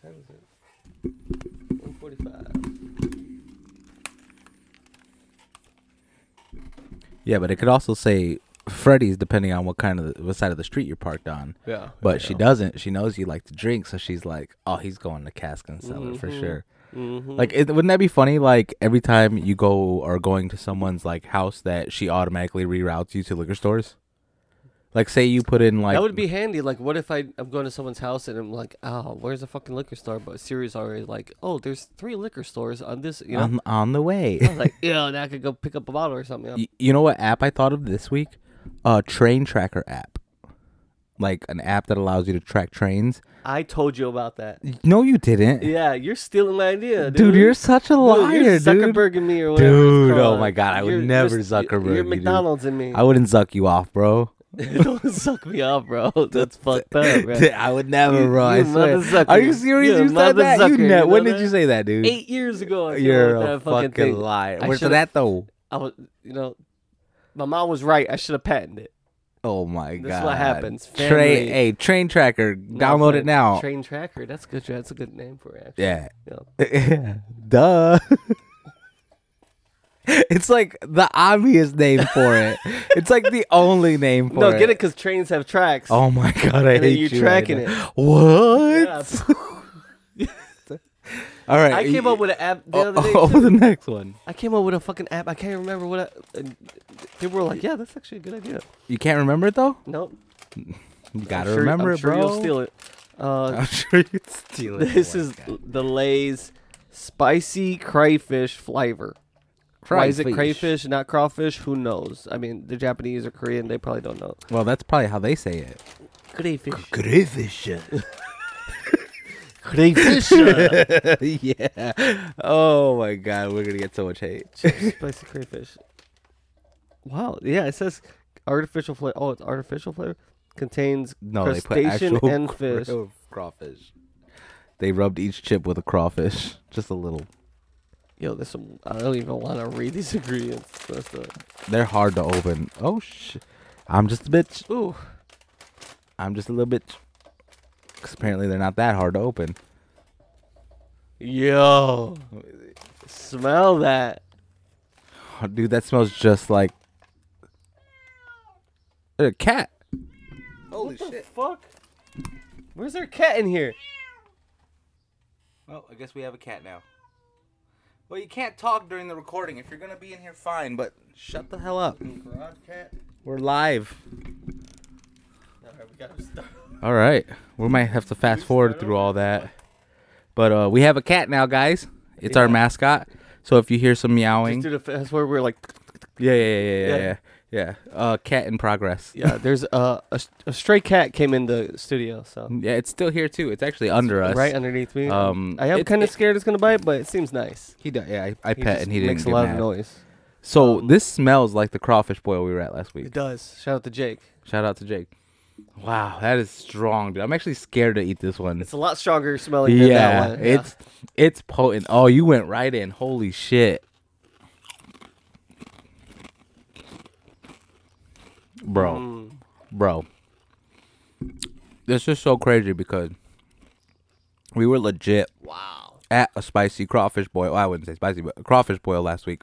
[SPEAKER 1] time is it? 145.
[SPEAKER 3] Yeah, but it could also say Freddy's, depending on what kind of the, what side of the street you're parked on.
[SPEAKER 1] Yeah.
[SPEAKER 3] But she doesn't. She knows you like to drink, so she's like, "Oh, he's going to Cask and Cellar for
[SPEAKER 1] Mhm.
[SPEAKER 3] sure."
[SPEAKER 1] Mm-hmm.
[SPEAKER 3] Like, it, wouldn't that be funny? Like every time you go or going to someone's like house, that she automatically reroutes you to liquor stores. Like, say you put in like
[SPEAKER 1] that would be handy. Like, what if I, I'm going to someone's house and I'm like, oh, where's the fucking liquor store? But Siri's already like, oh, there's three liquor stores on this, you know?
[SPEAKER 3] on, on
[SPEAKER 1] <laughs>
[SPEAKER 3] the way.
[SPEAKER 1] I was like, yeah, now I could go pick up a bottle or something.
[SPEAKER 3] Y- you know what app I thought of this week? A train tracker app, like an app that allows you to track trains.
[SPEAKER 1] I told you about that.
[SPEAKER 3] No, you didn't.
[SPEAKER 1] Yeah, you're stealing my idea, dude.
[SPEAKER 3] Dude, you're such a
[SPEAKER 1] Dude,
[SPEAKER 3] liar,
[SPEAKER 1] you're
[SPEAKER 3] dude.
[SPEAKER 1] Zuckerberg and me or whatever. it's
[SPEAKER 3] Dude, oh
[SPEAKER 1] called.
[SPEAKER 3] my God, I would
[SPEAKER 1] You're- you're
[SPEAKER 3] never
[SPEAKER 1] s- you're-
[SPEAKER 3] Zuckerberg
[SPEAKER 1] You're
[SPEAKER 3] you, dude.
[SPEAKER 1] McDonald's and me.
[SPEAKER 3] I wouldn't suck you off, bro.
[SPEAKER 1] <laughs> Don't suck me up, bro. <laughs> That's fucked
[SPEAKER 3] <laughs>
[SPEAKER 1] up, bro.
[SPEAKER 3] I would never,
[SPEAKER 1] You-
[SPEAKER 3] bro. I
[SPEAKER 1] you
[SPEAKER 3] swear.
[SPEAKER 1] mother sucker.
[SPEAKER 3] Are you serious?
[SPEAKER 1] You
[SPEAKER 3] You said
[SPEAKER 1] mother
[SPEAKER 3] that?
[SPEAKER 1] sucker,
[SPEAKER 3] you
[SPEAKER 1] you
[SPEAKER 3] ne-
[SPEAKER 1] know
[SPEAKER 3] when
[SPEAKER 1] that?
[SPEAKER 3] did you say that, dude?
[SPEAKER 1] <laughs> Eight years ago, I came
[SPEAKER 3] You're
[SPEAKER 1] up with
[SPEAKER 3] a
[SPEAKER 1] that fucking,
[SPEAKER 3] fucking,
[SPEAKER 1] thing.
[SPEAKER 3] liar.
[SPEAKER 1] I
[SPEAKER 3] Where's
[SPEAKER 1] should've-
[SPEAKER 3] that though?
[SPEAKER 1] I was, you know, my mom was right. I should have patented it.
[SPEAKER 3] Oh my god.
[SPEAKER 1] This is what happens.
[SPEAKER 3] Train,
[SPEAKER 1] Family-
[SPEAKER 3] hey, train tracker.
[SPEAKER 1] No,
[SPEAKER 3] download
[SPEAKER 1] but
[SPEAKER 3] it now.
[SPEAKER 1] Train tracker. That's good. That's a
[SPEAKER 3] <laughs>
[SPEAKER 1] good name for it. Actually.
[SPEAKER 3] yeah.
[SPEAKER 1] Yeah.
[SPEAKER 3] Duh. It's like the obvious name for it. it's like the only name for
[SPEAKER 1] <laughs> No,
[SPEAKER 3] it.
[SPEAKER 1] get it because trains have tracks.
[SPEAKER 3] Oh my god, I
[SPEAKER 1] And then
[SPEAKER 3] hate
[SPEAKER 1] you
[SPEAKER 3] you
[SPEAKER 1] tracking
[SPEAKER 3] right
[SPEAKER 1] it.
[SPEAKER 3] now. What?
[SPEAKER 1] Yeah.
[SPEAKER 3] All right. <laughs>
[SPEAKER 1] I came up with an app the other day.
[SPEAKER 3] Oh,
[SPEAKER 1] too.
[SPEAKER 3] the next one.
[SPEAKER 1] I came up with a fucking app. I can't remember what. I, and people were like, "Yeah, that's actually a good idea."
[SPEAKER 3] You can't remember it though.
[SPEAKER 1] Nope.
[SPEAKER 3] You
[SPEAKER 1] I'm
[SPEAKER 3] gotta
[SPEAKER 1] sure-
[SPEAKER 3] remember
[SPEAKER 1] I'm
[SPEAKER 3] it,
[SPEAKER 1] sure
[SPEAKER 3] bro.
[SPEAKER 1] You'll
[SPEAKER 3] <laughs>
[SPEAKER 1] steal it. Uh,
[SPEAKER 3] I'm sure you'd steal it.
[SPEAKER 1] this
[SPEAKER 3] Oh my
[SPEAKER 1] is
[SPEAKER 3] God.
[SPEAKER 1] the Lay's spicy crayfish flavor. Why is it crayfish, not crawfish? Who knows? I mean, the Japanese or Korean, they probably don't know.
[SPEAKER 3] Well, that's probably how they say it.
[SPEAKER 1] <laughs> Crayfish.
[SPEAKER 3] Crayfish.
[SPEAKER 1] Crayfish. <laughs>
[SPEAKER 3] <laughs> yeah. Oh my god, we're gonna get so much hate.
[SPEAKER 1] spicy crayfish. Wow. Yeah, it says artificial flavor. Oh, it's artificial flavor. Contains
[SPEAKER 3] No, they
[SPEAKER 1] crustacean
[SPEAKER 3] put actual <laughs>
[SPEAKER 1] and
[SPEAKER 3] cra-
[SPEAKER 1] fish.
[SPEAKER 3] crawfish. They rubbed each chip with a crawfish, just a little.
[SPEAKER 1] Yo, there's some. I don't even want to read these <laughs> ingredients. That's not-
[SPEAKER 3] They're hard to open. Oh sh! I'm just a bitch.
[SPEAKER 1] Ooh.
[SPEAKER 3] I'm just a little bitch. Because apparently they're not that hard to open.
[SPEAKER 1] Yo. Smell that.
[SPEAKER 3] Oh, dude, that smells just like a cat. Holy
[SPEAKER 1] What the fuck? Where's their cat in here?
[SPEAKER 3] Well, I guess we have a cat now. Well, you can't talk during the recording. If you're gonna be in here, fine. But shut the hell up.
[SPEAKER 1] Garage cat.
[SPEAKER 3] We're live.
[SPEAKER 1] All right, we gotta start.
[SPEAKER 3] All right, we might have to fast
[SPEAKER 1] we
[SPEAKER 3] forward
[SPEAKER 1] start
[SPEAKER 3] through all that. But uh, we have a cat now, guys. It's our
[SPEAKER 1] Yeah.
[SPEAKER 3] mascot. So if you hear some meowing,
[SPEAKER 1] Just do the fast where we're like,
[SPEAKER 3] yeah, yeah, yeah, yeah,
[SPEAKER 1] Yeah.
[SPEAKER 3] yeah, yeah. Uh, cat in progress.
[SPEAKER 1] yeah. There's uh, a a stray cat came in the studio, so
[SPEAKER 3] <laughs> Yeah, it's still here too. It's actually under us.
[SPEAKER 1] right underneath me.
[SPEAKER 3] Um,
[SPEAKER 1] I am
[SPEAKER 3] it-
[SPEAKER 1] kind of
[SPEAKER 3] it-
[SPEAKER 1] scared it's gonna bite, but it seems nice.
[SPEAKER 3] He di- yeah, I, I
[SPEAKER 1] He
[SPEAKER 3] pet
[SPEAKER 1] just
[SPEAKER 3] and he didn't
[SPEAKER 1] makes a
[SPEAKER 3] get
[SPEAKER 1] lot
[SPEAKER 3] mad.
[SPEAKER 1] of noise.
[SPEAKER 3] So
[SPEAKER 1] Um,
[SPEAKER 3] this smells like the crawfish boil we were at last
[SPEAKER 1] It
[SPEAKER 3] week.
[SPEAKER 1] does. Shout out to Jake.
[SPEAKER 3] Shout out to Jake. Wow, that is strong, dude. I'm actually scared to eat this one.
[SPEAKER 1] It's a lot stronger smelling than that
[SPEAKER 3] yeah,
[SPEAKER 1] one.
[SPEAKER 3] it's it's potent. Oh, you went right in. Holy shit, bro,
[SPEAKER 1] Mm.
[SPEAKER 3] bro. This is so crazy because we were legit
[SPEAKER 1] wow.
[SPEAKER 3] at a spicy crawfish boil. I wouldn't say spicy, but a crawfish boil last week.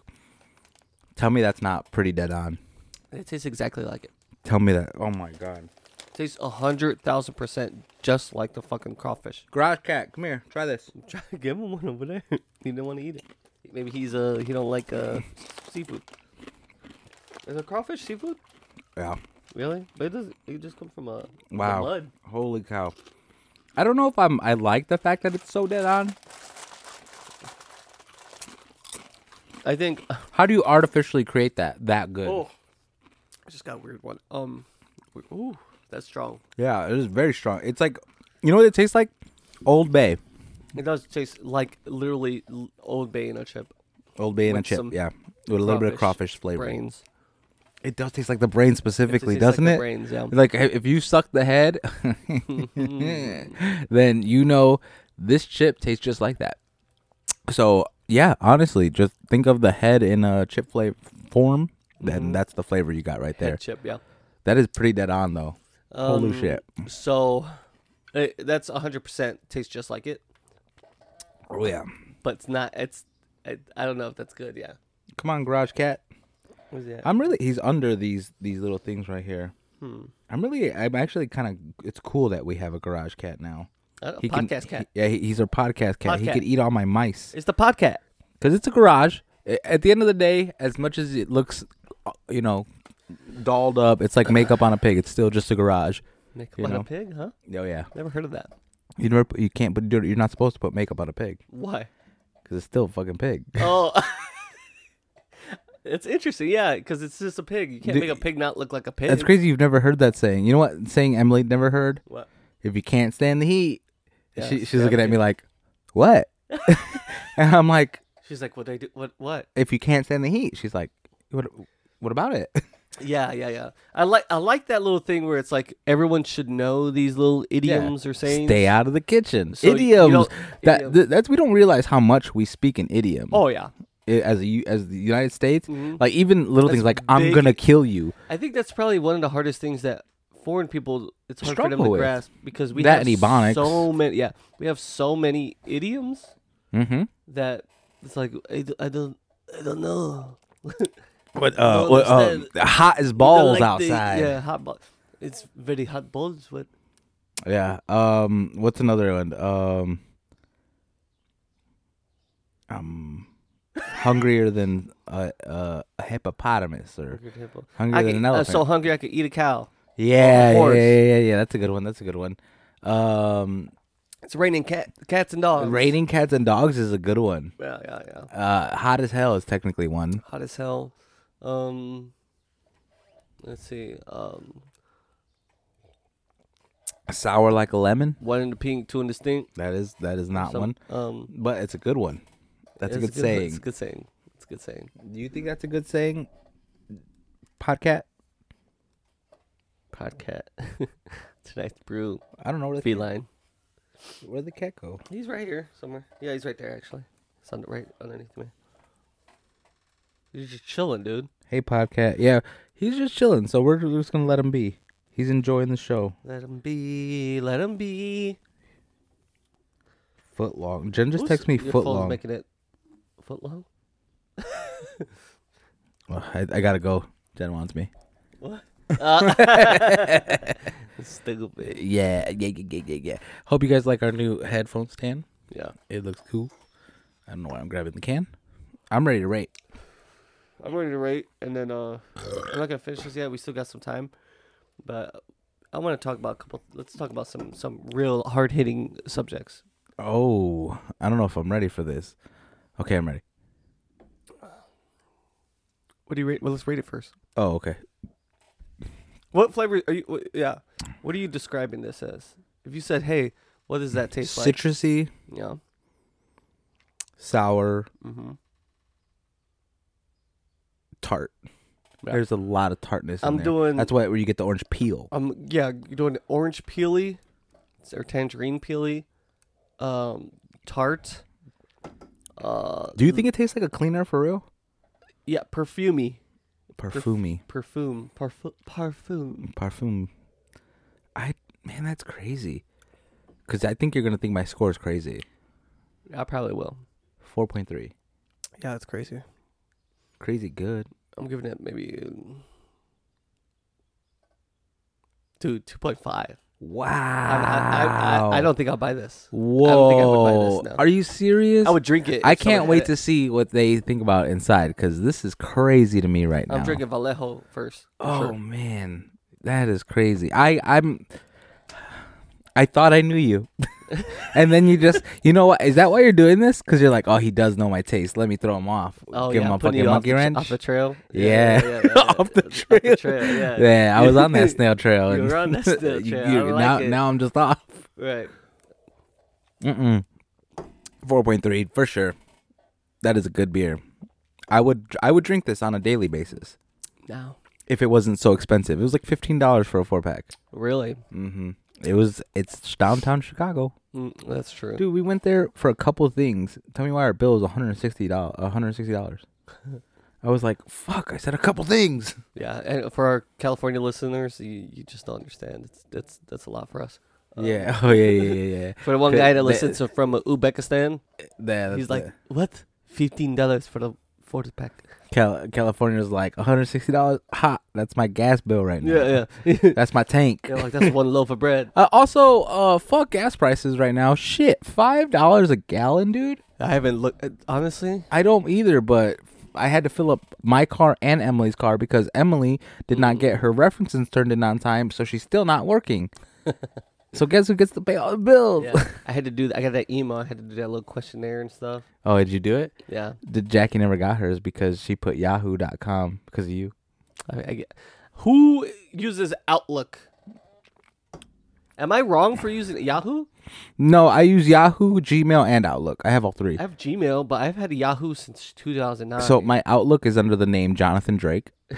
[SPEAKER 3] Tell me that's not pretty dead on.
[SPEAKER 1] It tastes exactly like it.
[SPEAKER 3] Tell me that. Oh my god.
[SPEAKER 1] it tastes a hundred thousand percent just like the fucking crawfish. <laughs>
[SPEAKER 3] Garage cat, come here. Try this.
[SPEAKER 1] Try to give him one over there. <laughs> he didn't want to eat it. Maybe he's uh he don't like uh seafood. Is a crawfish seafood?
[SPEAKER 3] Yeah.
[SPEAKER 1] Really? But it does. It just come from a the
[SPEAKER 3] Wow.
[SPEAKER 1] mud.
[SPEAKER 3] Holy cow. I don't know if I'm. I like the fact that it's so dead on.
[SPEAKER 1] I think.
[SPEAKER 3] How do you artificially create that that good?
[SPEAKER 1] Oh, I just got a weird one. Um, we- ooh, that's strong.
[SPEAKER 3] Yeah, it is very strong. It's like, you know what it tastes like? Old Bay.
[SPEAKER 1] It does taste like literally l- Old Bay in a chip.
[SPEAKER 3] Old Bay and a
[SPEAKER 1] With
[SPEAKER 3] chip.
[SPEAKER 1] some
[SPEAKER 3] Yeah, with a little bit of
[SPEAKER 1] crawfish
[SPEAKER 3] crawfish flavor.
[SPEAKER 1] Brains.
[SPEAKER 3] It does taste like the brain
[SPEAKER 1] It just
[SPEAKER 3] specifically,
[SPEAKER 1] tastes
[SPEAKER 3] doesn't
[SPEAKER 1] like
[SPEAKER 3] it?
[SPEAKER 1] The brains, yeah.
[SPEAKER 3] Like i- if you suck the head, <laughs> then you know this chip tastes just like that. So yeah, honestly, just think of the head in a chip flavor form. Then that's the flavor you got right
[SPEAKER 1] Mm-hmm. Head
[SPEAKER 3] there.
[SPEAKER 1] chip, yeah.
[SPEAKER 3] That is pretty dead on though. Holy
[SPEAKER 1] Um,
[SPEAKER 3] shit!
[SPEAKER 1] So, it, that's hundred percent tastes just like it,
[SPEAKER 3] Oh yeah.
[SPEAKER 1] but it's not. It's I, I don't know if that's good. Yeah.
[SPEAKER 3] Come on, Garage Cat.
[SPEAKER 1] What is that?
[SPEAKER 3] I'm really he's under these these little things right here.
[SPEAKER 1] Hmm.
[SPEAKER 3] I'm really I'm actually kind of it's cool that we have a garage cat now.
[SPEAKER 1] I don't-
[SPEAKER 3] He can-
[SPEAKER 1] podcast cat.
[SPEAKER 3] he- yeah, he, he's our podcast cat. He
[SPEAKER 1] Podcat.
[SPEAKER 3] could eat all my mice
[SPEAKER 1] It's the podcast.
[SPEAKER 3] because it's a garage. A- At the end of the day, as much as it looks, uh, you know, dolled up, it's like makeup on a pig. It's still just a garage.
[SPEAKER 1] Makeup
[SPEAKER 3] You
[SPEAKER 1] on
[SPEAKER 3] know.
[SPEAKER 1] a pig, huh?
[SPEAKER 3] Oh yeah,
[SPEAKER 1] Never heard of that.
[SPEAKER 3] you never put- you can't put you're not supposed to put makeup on a pig
[SPEAKER 1] Why?
[SPEAKER 3] because it's still a fucking pig.
[SPEAKER 1] Oh. <laughs> It's interesting, yeah, because it's just a pig. You can't
[SPEAKER 3] The-
[SPEAKER 1] make a pig not look like a pig.
[SPEAKER 3] That's crazy. You've never heard that saying. You know what saying Emily never heard?
[SPEAKER 1] What?
[SPEAKER 3] If you can't stand the heat,
[SPEAKER 1] Yeah,
[SPEAKER 3] she,
[SPEAKER 1] it's
[SPEAKER 3] she's looking at
[SPEAKER 1] definitely-
[SPEAKER 3] me like,
[SPEAKER 1] <laughs>
[SPEAKER 3] what? <laughs> and I'm like.
[SPEAKER 1] She's like, "What do I do? What? What?"
[SPEAKER 3] if you can't stand the heat, she's like, what? What about it?
[SPEAKER 1] Yeah, yeah, yeah. I like I like that little thing where it's like everyone should know these little idioms or sayings.
[SPEAKER 3] <laughs> Stay out of the kitchen.
[SPEAKER 1] So you- you
[SPEAKER 3] idioms.
[SPEAKER 1] don't-
[SPEAKER 3] that
[SPEAKER 1] idioms.
[SPEAKER 3] th- that's we don't realize how much we speak an idiom.
[SPEAKER 1] Oh yeah,
[SPEAKER 3] I- as a U- as the United States,
[SPEAKER 1] Mhm.
[SPEAKER 3] like even little things like
[SPEAKER 1] That's
[SPEAKER 3] I'm
[SPEAKER 1] big-
[SPEAKER 3] gonna kill you.
[SPEAKER 1] I think that's probably one of the hardest things that foreign people it's hard for them
[SPEAKER 3] Struggle
[SPEAKER 1] to
[SPEAKER 3] with.
[SPEAKER 1] grasp because we
[SPEAKER 3] That
[SPEAKER 1] have
[SPEAKER 3] and Ebonics.
[SPEAKER 1] so many. Yeah, we have so many idioms
[SPEAKER 3] Mm-hmm.
[SPEAKER 1] that it's like I, d- I don't I don't know. <laughs>
[SPEAKER 3] But uh,
[SPEAKER 1] Well,
[SPEAKER 3] what, uh,
[SPEAKER 1] instead-
[SPEAKER 3] hot as
[SPEAKER 1] They're like
[SPEAKER 3] balls
[SPEAKER 1] the-
[SPEAKER 3] outside.
[SPEAKER 1] yeah, hot balls. It's very hot balls, but
[SPEAKER 3] yeah. Um, what's another one? Um, um, hungrier than a, a, a hippopotamus or hungrier
[SPEAKER 1] I
[SPEAKER 3] than
[SPEAKER 1] could,
[SPEAKER 3] an
[SPEAKER 1] I
[SPEAKER 3] elephant.
[SPEAKER 1] was so hungry I could eat a cow.
[SPEAKER 3] yeah, yeah,
[SPEAKER 1] horse.
[SPEAKER 3] yeah, yeah, yeah. That's a good one. That's a good one. Um,
[SPEAKER 1] It's raining cat, cats and dogs.
[SPEAKER 3] raiding cats and dogs is a good one.
[SPEAKER 1] Yeah, yeah, yeah.
[SPEAKER 3] Uh, hot as hell is technically one.
[SPEAKER 1] Hot as hell. Um, let's see. Um,
[SPEAKER 3] Sour like a lemon.
[SPEAKER 1] one in the pink, two in the stink.
[SPEAKER 3] That is that is not
[SPEAKER 1] Some-
[SPEAKER 3] one,
[SPEAKER 1] Um,
[SPEAKER 3] but it's a good one. That's a
[SPEAKER 1] it's
[SPEAKER 3] good, saying.
[SPEAKER 1] It's a good saying. It's a good saying.
[SPEAKER 3] Do you think that's a good saying? Podcat?
[SPEAKER 1] Podcat. <laughs> Tonight's brew.
[SPEAKER 3] I don't know where the
[SPEAKER 1] Feline.
[SPEAKER 3] where the cat go.
[SPEAKER 1] He's right here somewhere. Yeah, he's right there actually. It's on the right underneath me. You're just chilling, dude.
[SPEAKER 3] Hey, Podcat. Yeah, he's just chilling, so we're just gonna let him be. He's enjoying the show.
[SPEAKER 1] Let him be. Let him be.
[SPEAKER 3] Foot long. Jen just
[SPEAKER 1] Who's-
[SPEAKER 3] texted me
[SPEAKER 1] your
[SPEAKER 3] foot
[SPEAKER 1] phone's
[SPEAKER 3] long.
[SPEAKER 1] Making it foot
[SPEAKER 3] <laughs>
[SPEAKER 1] long. <laughs>
[SPEAKER 3] Ugh, I, I gotta go. Jen wants me.
[SPEAKER 1] Stupid.
[SPEAKER 3] Uh, Yeah, yeah, yeah, yeah, yeah, yeah. Hope you guys like our new headphone stand.
[SPEAKER 1] Yeah.
[SPEAKER 3] It looks cool. I don't know why I'm grabbing the can. I'm ready to rate.
[SPEAKER 1] I'm ready to rate, and then uh, I'm not gonna finish this yet. We still got some time, but I want to talk about a couple. Let's talk about some some real hard hitting subjects.
[SPEAKER 3] Oh, I don't know if I'm ready for this. Okay, I'm ready.
[SPEAKER 1] What do you rate? Well, let's rate it first.
[SPEAKER 3] Oh, okay.
[SPEAKER 1] What flavor are you? What, yeah. What are you describing this as? If you said, "Hey, what does that taste like?"
[SPEAKER 3] Citrusy,
[SPEAKER 1] Yeah.
[SPEAKER 3] sour,
[SPEAKER 1] Mm-hmm.
[SPEAKER 3] tart.
[SPEAKER 1] Yeah.
[SPEAKER 3] There's a lot of tartness. in
[SPEAKER 1] I'm
[SPEAKER 3] there.
[SPEAKER 1] doing-
[SPEAKER 3] That's why where you get the orange peel.
[SPEAKER 1] Um. Yeah. You're doing orange peely, or tangerine peely, um, tart. Uh.
[SPEAKER 3] Do you think it tastes like a cleaner for real?
[SPEAKER 1] Yeah. Perfumey.
[SPEAKER 3] Parfumi,
[SPEAKER 1] Perfume. Parfum. Parfum.
[SPEAKER 3] parfum. I man, that's crazy. Because I think you're gonna think my score is crazy.
[SPEAKER 1] I probably will.
[SPEAKER 3] Four point three,
[SPEAKER 1] Yeah, that's crazy.
[SPEAKER 3] crazy good.
[SPEAKER 1] I'm giving it maybe um, dude two point five.
[SPEAKER 3] Wow.
[SPEAKER 1] I, I, I, I don't think I'll buy this.
[SPEAKER 3] Whoa.
[SPEAKER 1] think I would buy this now.
[SPEAKER 3] Are you serious?
[SPEAKER 1] I would drink it.
[SPEAKER 3] I
[SPEAKER 1] if someone
[SPEAKER 3] can't
[SPEAKER 1] had
[SPEAKER 3] wait
[SPEAKER 1] it.
[SPEAKER 3] to see what they think about inside because this is crazy to me right now.
[SPEAKER 1] I'm drinking Vallejo first. for
[SPEAKER 3] Oh
[SPEAKER 1] sure.
[SPEAKER 3] man, that is crazy. I I'm I thought I knew you. <laughs> and then you just you know what is that why you're doing this? Cuz you're like, "Oh, he does know my taste. Let me throw him off."
[SPEAKER 1] Oh
[SPEAKER 3] Give
[SPEAKER 1] yeah,
[SPEAKER 3] him a
[SPEAKER 1] putting
[SPEAKER 3] fucking
[SPEAKER 1] you off
[SPEAKER 3] monkey
[SPEAKER 1] the,
[SPEAKER 3] wrench.
[SPEAKER 1] Off the trail.
[SPEAKER 3] yeah. <laughs> off the trail.
[SPEAKER 1] Off the trail. Yeah.
[SPEAKER 3] <laughs> Yeah, I was on <laughs>
[SPEAKER 1] <laughs>
[SPEAKER 3] that snail trail.
[SPEAKER 1] You
[SPEAKER 3] and
[SPEAKER 1] were on that
[SPEAKER 3] <laughs>
[SPEAKER 1] snail
[SPEAKER 3] you-
[SPEAKER 1] trail. I
[SPEAKER 3] you-
[SPEAKER 1] don't
[SPEAKER 3] now
[SPEAKER 1] like it.
[SPEAKER 3] now I'm just off.
[SPEAKER 1] Right.
[SPEAKER 3] Mm-mm. 4.3 for sure. That is a good beer. I would I would drink this on a daily basis
[SPEAKER 1] Now,
[SPEAKER 3] if it wasn't so expensive. It was like $15 for a four pack.
[SPEAKER 1] really,
[SPEAKER 3] Mm-hmm. It was. It's downtown Chicago,
[SPEAKER 1] mm, that's true.
[SPEAKER 3] dude. We went there for a couple of things. Tell me why our bill was one hundred sixty dollars. One hundred sixty dollars. <laughs> I was like, "Fuck!" I said a couple things.
[SPEAKER 1] Yeah, and for our California listeners, you, you just don't understand. It's that's that's a lot for us. Um,
[SPEAKER 3] <laughs> yeah. <laughs> Oh yeah. Yeah. Yeah. Yeah.
[SPEAKER 1] For the one
[SPEAKER 3] <laughs> The-
[SPEAKER 1] guy that
[SPEAKER 3] the-
[SPEAKER 1] listens to from Uzbekistan,
[SPEAKER 3] yeah <laughs> that's
[SPEAKER 1] he's like,
[SPEAKER 3] the-
[SPEAKER 1] "What? Fifteen dollars for the for the pack?"
[SPEAKER 3] Cal- California's like one hundred sixty dollars. Ha! That's my gas bill right now.
[SPEAKER 1] Yeah, yeah.
[SPEAKER 3] <laughs> That's my tank.
[SPEAKER 1] <laughs> They're like that's one loaf of bread.
[SPEAKER 3] Uh, also, uh, fuck gas prices right now. Shit, five dollars a gallon, dude.
[SPEAKER 1] I haven't looked honestly.
[SPEAKER 3] I don't either, but I had to fill up my car and Emily's car because Emily did not get her references turned in on time, so she's still not working. so guess who gets to pay all the bills? <laughs>
[SPEAKER 1] Yeah, <laughs> I had to do. I got that email. I had to do that little questionnaire and stuff.
[SPEAKER 3] Oh, did you do it?
[SPEAKER 1] Yeah,
[SPEAKER 3] The Jackie never got hers because she put yahoo.com because of you.
[SPEAKER 1] I, I get. Who uses Outlook? Am I wrong for using Yahoo?
[SPEAKER 3] No, I use Yahoo, Gmail, and Outlook. I have all three.
[SPEAKER 1] I have Gmail, but I've had Yahoo since 2009.
[SPEAKER 3] So my Outlook is under the name Jonathan Drake.
[SPEAKER 1] <laughs> oh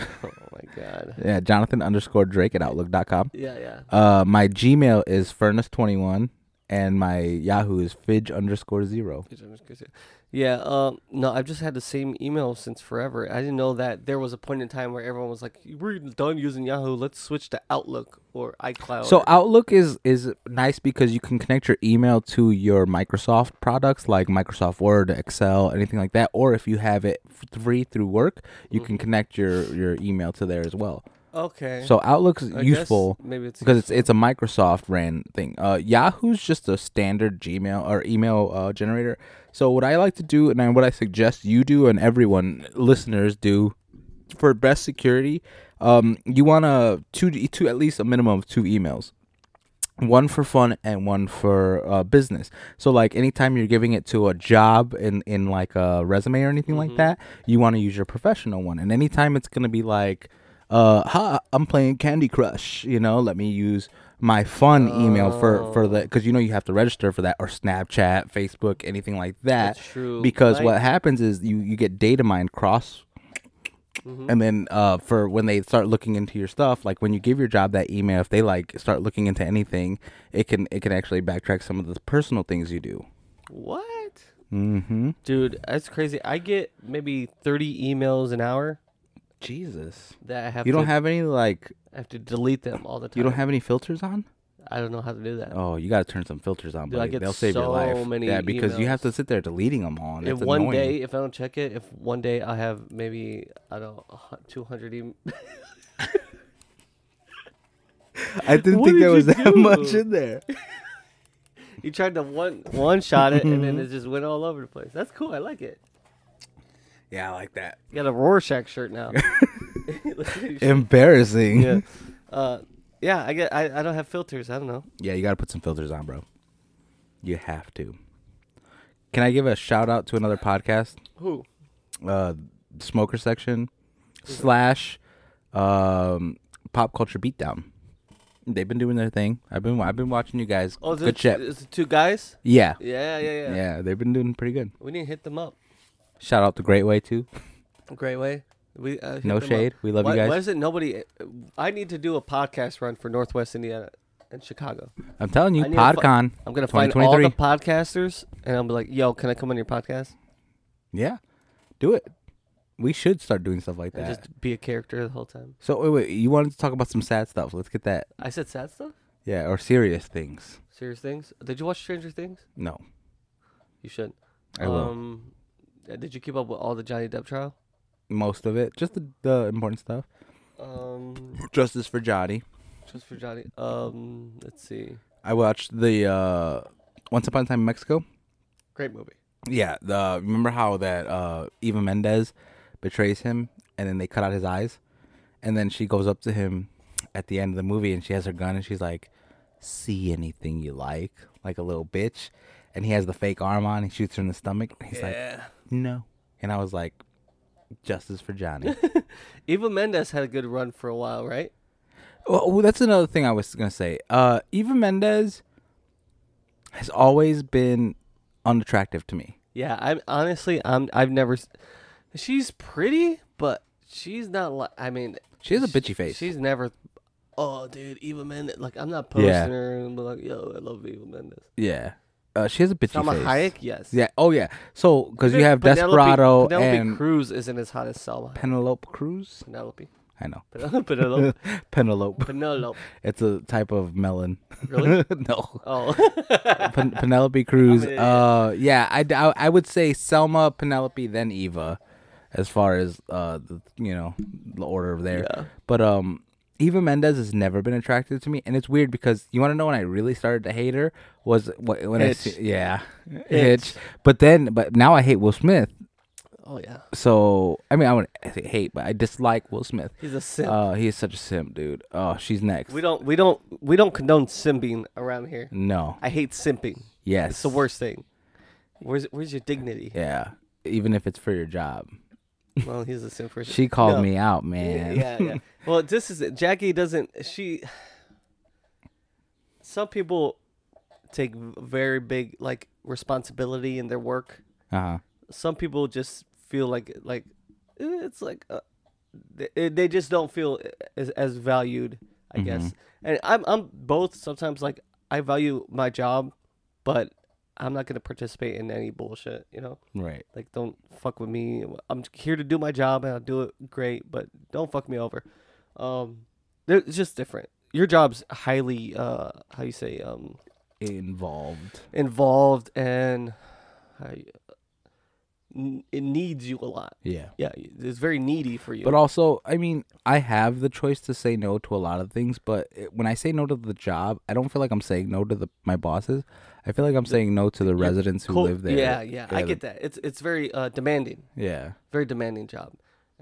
[SPEAKER 1] my god.
[SPEAKER 3] Yeah, Jonathan underscore Drake at outlook.com.
[SPEAKER 1] Yeah, yeah.
[SPEAKER 3] Uh, my Gmail is Furnace21, and my Yahoo is Fidge underscore zero.
[SPEAKER 1] Fidge underscore zero. Yeah, um, no, I've just had the same email since forever. I didn't know that there was a point in time where everyone was like, "We're done using Yahoo. Let's switch to Outlook or iCloud."
[SPEAKER 3] So Outlook is is nice because you can connect your email to your Microsoft products like Microsoft Word, Excel, anything like that. Or if you have it f- free through work, you can connect your your email to there as well.
[SPEAKER 1] Mm-hmm. okay,
[SPEAKER 3] So Outlook's
[SPEAKER 1] I guess
[SPEAKER 3] useful
[SPEAKER 1] Maybe it's
[SPEAKER 3] because it's it's a Microsoft ran thing. Uh, Yahoo's just a standard Gmail or email uh, generator. So what I like to do, and I- what I suggest you do, and everyone listeners do, for best security, um, you want to two two at least a minimum of two emails. One for fun and one for uh, business. So, like anytime you're giving it to a job in, in like a resume or anything
[SPEAKER 1] Mm-hmm.
[SPEAKER 3] like that, you want to use your professional one. And anytime it's gonna be like, uh, "Hi, I'm playing Candy Crush," you know, let me use my fun email for for
[SPEAKER 1] Oh.
[SPEAKER 3] the because you know you have to register for that or Snapchat, Facebook, anything like that.
[SPEAKER 1] That's true.
[SPEAKER 3] Because
[SPEAKER 1] Like-
[SPEAKER 3] what happens is you you get data mined cross and then uh, for when they start looking into your stuff, like when you give your job that email, if they like start looking into anything, it can it can actually backtrack some of the personal things you do.
[SPEAKER 1] what,
[SPEAKER 3] Mm-hmm.
[SPEAKER 1] dude? That's crazy. I get maybe thirty emails an hour
[SPEAKER 3] Jesus,
[SPEAKER 1] that I have.
[SPEAKER 3] you don't
[SPEAKER 1] to,
[SPEAKER 3] have any like
[SPEAKER 1] I have to delete them all the time.
[SPEAKER 3] you don't have any filters on.
[SPEAKER 1] I don't know how to do that.
[SPEAKER 3] Oh, you gotta turn some filters on,
[SPEAKER 1] Dude, I
[SPEAKER 3] buddy.
[SPEAKER 1] get
[SPEAKER 3] They'll save your
[SPEAKER 1] so
[SPEAKER 3] life.
[SPEAKER 1] many
[SPEAKER 3] yeah, because you
[SPEAKER 1] emails.
[SPEAKER 3] have to sit there deleting them all. And
[SPEAKER 1] if
[SPEAKER 3] it's
[SPEAKER 1] one
[SPEAKER 3] annoying.
[SPEAKER 1] day, if I don't check it, if one day I have maybe I don't two hundred e-, emails.
[SPEAKER 3] I didn't
[SPEAKER 1] What
[SPEAKER 3] think
[SPEAKER 1] did
[SPEAKER 3] there
[SPEAKER 1] you
[SPEAKER 3] was that much
[SPEAKER 1] do?
[SPEAKER 3] in there.
[SPEAKER 1] <laughs> You tried to one one shot it, and then
[SPEAKER 3] Mm-hmm.
[SPEAKER 1] it just went all over the place. That's cool. I like it.
[SPEAKER 3] Yeah, I like that.
[SPEAKER 1] You got a Rorschach shirt now. <laughs> yeah.
[SPEAKER 3] <laughs> Embarrassing. Yeah.
[SPEAKER 1] Uh, yeah. I get. I, I don't have filters. I don't know.
[SPEAKER 3] you gotta put some filters on, bro. You have to. Can I give a shout out to another podcast?
[SPEAKER 1] Who?
[SPEAKER 3] Uh, Smoker Section slash um, Pop Culture Beatdown. They've been doing their thing. I've been I've been watching you guys.
[SPEAKER 1] Oh, is
[SPEAKER 3] good
[SPEAKER 1] it,
[SPEAKER 3] shit.
[SPEAKER 1] is it two guys?
[SPEAKER 3] Yeah. yeah.
[SPEAKER 1] Yeah, yeah, yeah.
[SPEAKER 3] they've been doing pretty good.
[SPEAKER 1] We need to hit them up.
[SPEAKER 3] Shout out to Great Way too.
[SPEAKER 1] Great way. We uh, hit
[SPEAKER 3] No
[SPEAKER 1] them up.
[SPEAKER 3] shade. We love
[SPEAKER 1] why,
[SPEAKER 3] you guys.
[SPEAKER 1] Why is it nobody? I need to do a podcast run for Northwest Indiana and Chicago.
[SPEAKER 3] I'm telling you,
[SPEAKER 1] I need to fi-
[SPEAKER 3] PodCon.
[SPEAKER 1] I'm gonna find all
[SPEAKER 3] 2023.
[SPEAKER 1] the podcasters, and I'll be like, "Yo, can I come on your podcast
[SPEAKER 3] Yeah, do it. We should start doing stuff like
[SPEAKER 1] and
[SPEAKER 3] that.
[SPEAKER 1] just be a character the whole time?"
[SPEAKER 3] so wait, wait, you wanted to talk about some sad stuff. Let's get that.
[SPEAKER 1] I said sad stuff,
[SPEAKER 3] Yeah, or serious things.
[SPEAKER 1] serious things. Did you watch Stranger Things?
[SPEAKER 3] No,
[SPEAKER 1] You should.
[SPEAKER 3] I will.
[SPEAKER 1] Um, uh, did you keep up with all the Johnny Depp trial?
[SPEAKER 3] Most of it, just the, the important stuff.
[SPEAKER 1] Um,
[SPEAKER 3] Justice for Johnny.
[SPEAKER 1] just for Johnny. Um, let's see.
[SPEAKER 3] I watched the uh, Once Upon a Time in Mexico.
[SPEAKER 1] Great movie.
[SPEAKER 3] Yeah, the remember how that uh, Eva Mendes betrays him, and then they cut out his eyes, and then she goes up to him at the end of the movie, and she has her gun, and she's like, "See anything you like," like a little bitch, and he has the fake arm on, and he shoots her in the stomach, and he's like,
[SPEAKER 1] yeah.
[SPEAKER 3] "No," and I was like, "Justice for Johnny."
[SPEAKER 1] Eva Mendes had a good run for a while, right?
[SPEAKER 3] <laughs> well, well, that's another thing I was gonna say. Uh, Eva Mendes has always been unattractive to me.
[SPEAKER 1] Yeah. I'm honestly, I'm. I've never. s- She's pretty, but she's not. Li- I mean,
[SPEAKER 3] She has a bitchy face.
[SPEAKER 1] She's never. Oh, dude, Eva Mendes. Like, I'm not posting
[SPEAKER 3] Yeah.
[SPEAKER 1] her and be like, "Yo, I love Eva Mendes."
[SPEAKER 3] yeah, uh, she has a bitchy
[SPEAKER 1] Salma
[SPEAKER 3] face.
[SPEAKER 1] Hayek, yes.
[SPEAKER 3] Yeah. Oh yeah. So because you
[SPEAKER 1] Even
[SPEAKER 3] have
[SPEAKER 1] Penelope-
[SPEAKER 3] Desperado
[SPEAKER 1] Penelope
[SPEAKER 3] and
[SPEAKER 1] Cruz isn't as hot as Salma.
[SPEAKER 3] Penelope Cruz.
[SPEAKER 1] Penelope. <laughs>
[SPEAKER 3] I know. <laughs>
[SPEAKER 1] Penelope.
[SPEAKER 3] Penelope.
[SPEAKER 1] Penelope.
[SPEAKER 3] It's a type of melon.
[SPEAKER 1] Really?
[SPEAKER 3] <laughs> no. <laughs>
[SPEAKER 1] Oh.
[SPEAKER 3] Pen- Penelope Cruz.
[SPEAKER 1] an idiot.
[SPEAKER 3] Uh, yeah. I, d- I- I would say Selma, Penelope, then Eva, as far as uh, the, you know, the order of there.
[SPEAKER 1] Yeah.
[SPEAKER 3] But um, Eva Mendes has never been attracted to me, and it's weird because you want to know when I really started to hate her was wh- when I
[SPEAKER 1] Itch.
[SPEAKER 3] see, yeah, itch.
[SPEAKER 1] Itch.
[SPEAKER 3] But then, but now I hate Will Smith.
[SPEAKER 1] oh yeah.
[SPEAKER 3] So I mean, I wouldn't say hate, but I dislike Will Smith.
[SPEAKER 1] He's a simp.
[SPEAKER 3] Uh, he is such a simp, dude. Oh, she's next.
[SPEAKER 1] we don't we don't we don't condone simping around here.
[SPEAKER 3] No.
[SPEAKER 1] I hate simping.
[SPEAKER 3] Yes.
[SPEAKER 1] It's the worst thing. Where's where's your dignity?
[SPEAKER 3] Yeah. Even if it's for your job.
[SPEAKER 1] Well, he's a simp for
[SPEAKER 3] She called
[SPEAKER 1] No.
[SPEAKER 3] me out,
[SPEAKER 1] Yeah,
[SPEAKER 3] man.
[SPEAKER 1] yeah, yeah. <laughs> Well, this is it. Jackie doesn't she Some people take very big like responsibility in their work.
[SPEAKER 3] <laughs> uh-huh.
[SPEAKER 1] Some people just feel like like eh, it's like uh, they, they just don't feel as, as valued, I guess. And I'm I'm both sometimes like I value my job, but I'm not gonna participate in any bullshit. You know,
[SPEAKER 3] Right.
[SPEAKER 1] like don't fuck with me. I'm here to do my job and I'll do it great, but don't fuck me over. Um, they're- it's just different. Your job's highly uh how you say um
[SPEAKER 3] Involved.
[SPEAKER 1] involved and how you- n- it needs you a lot.
[SPEAKER 3] Yeah.
[SPEAKER 1] Yeah, it's very needy for you.
[SPEAKER 3] But also, I mean, I have the choice to say no to a lot of things, but it, when I say no to the job, I don't feel like I'm saying no to the my bosses. I feel like I'm saying no to the residents who
[SPEAKER 1] Cool.
[SPEAKER 3] live there.
[SPEAKER 1] Yeah, yeah, I
[SPEAKER 3] Yeah,
[SPEAKER 1] get that. It's it's very uh, demanding,
[SPEAKER 3] Yeah.
[SPEAKER 1] very demanding job,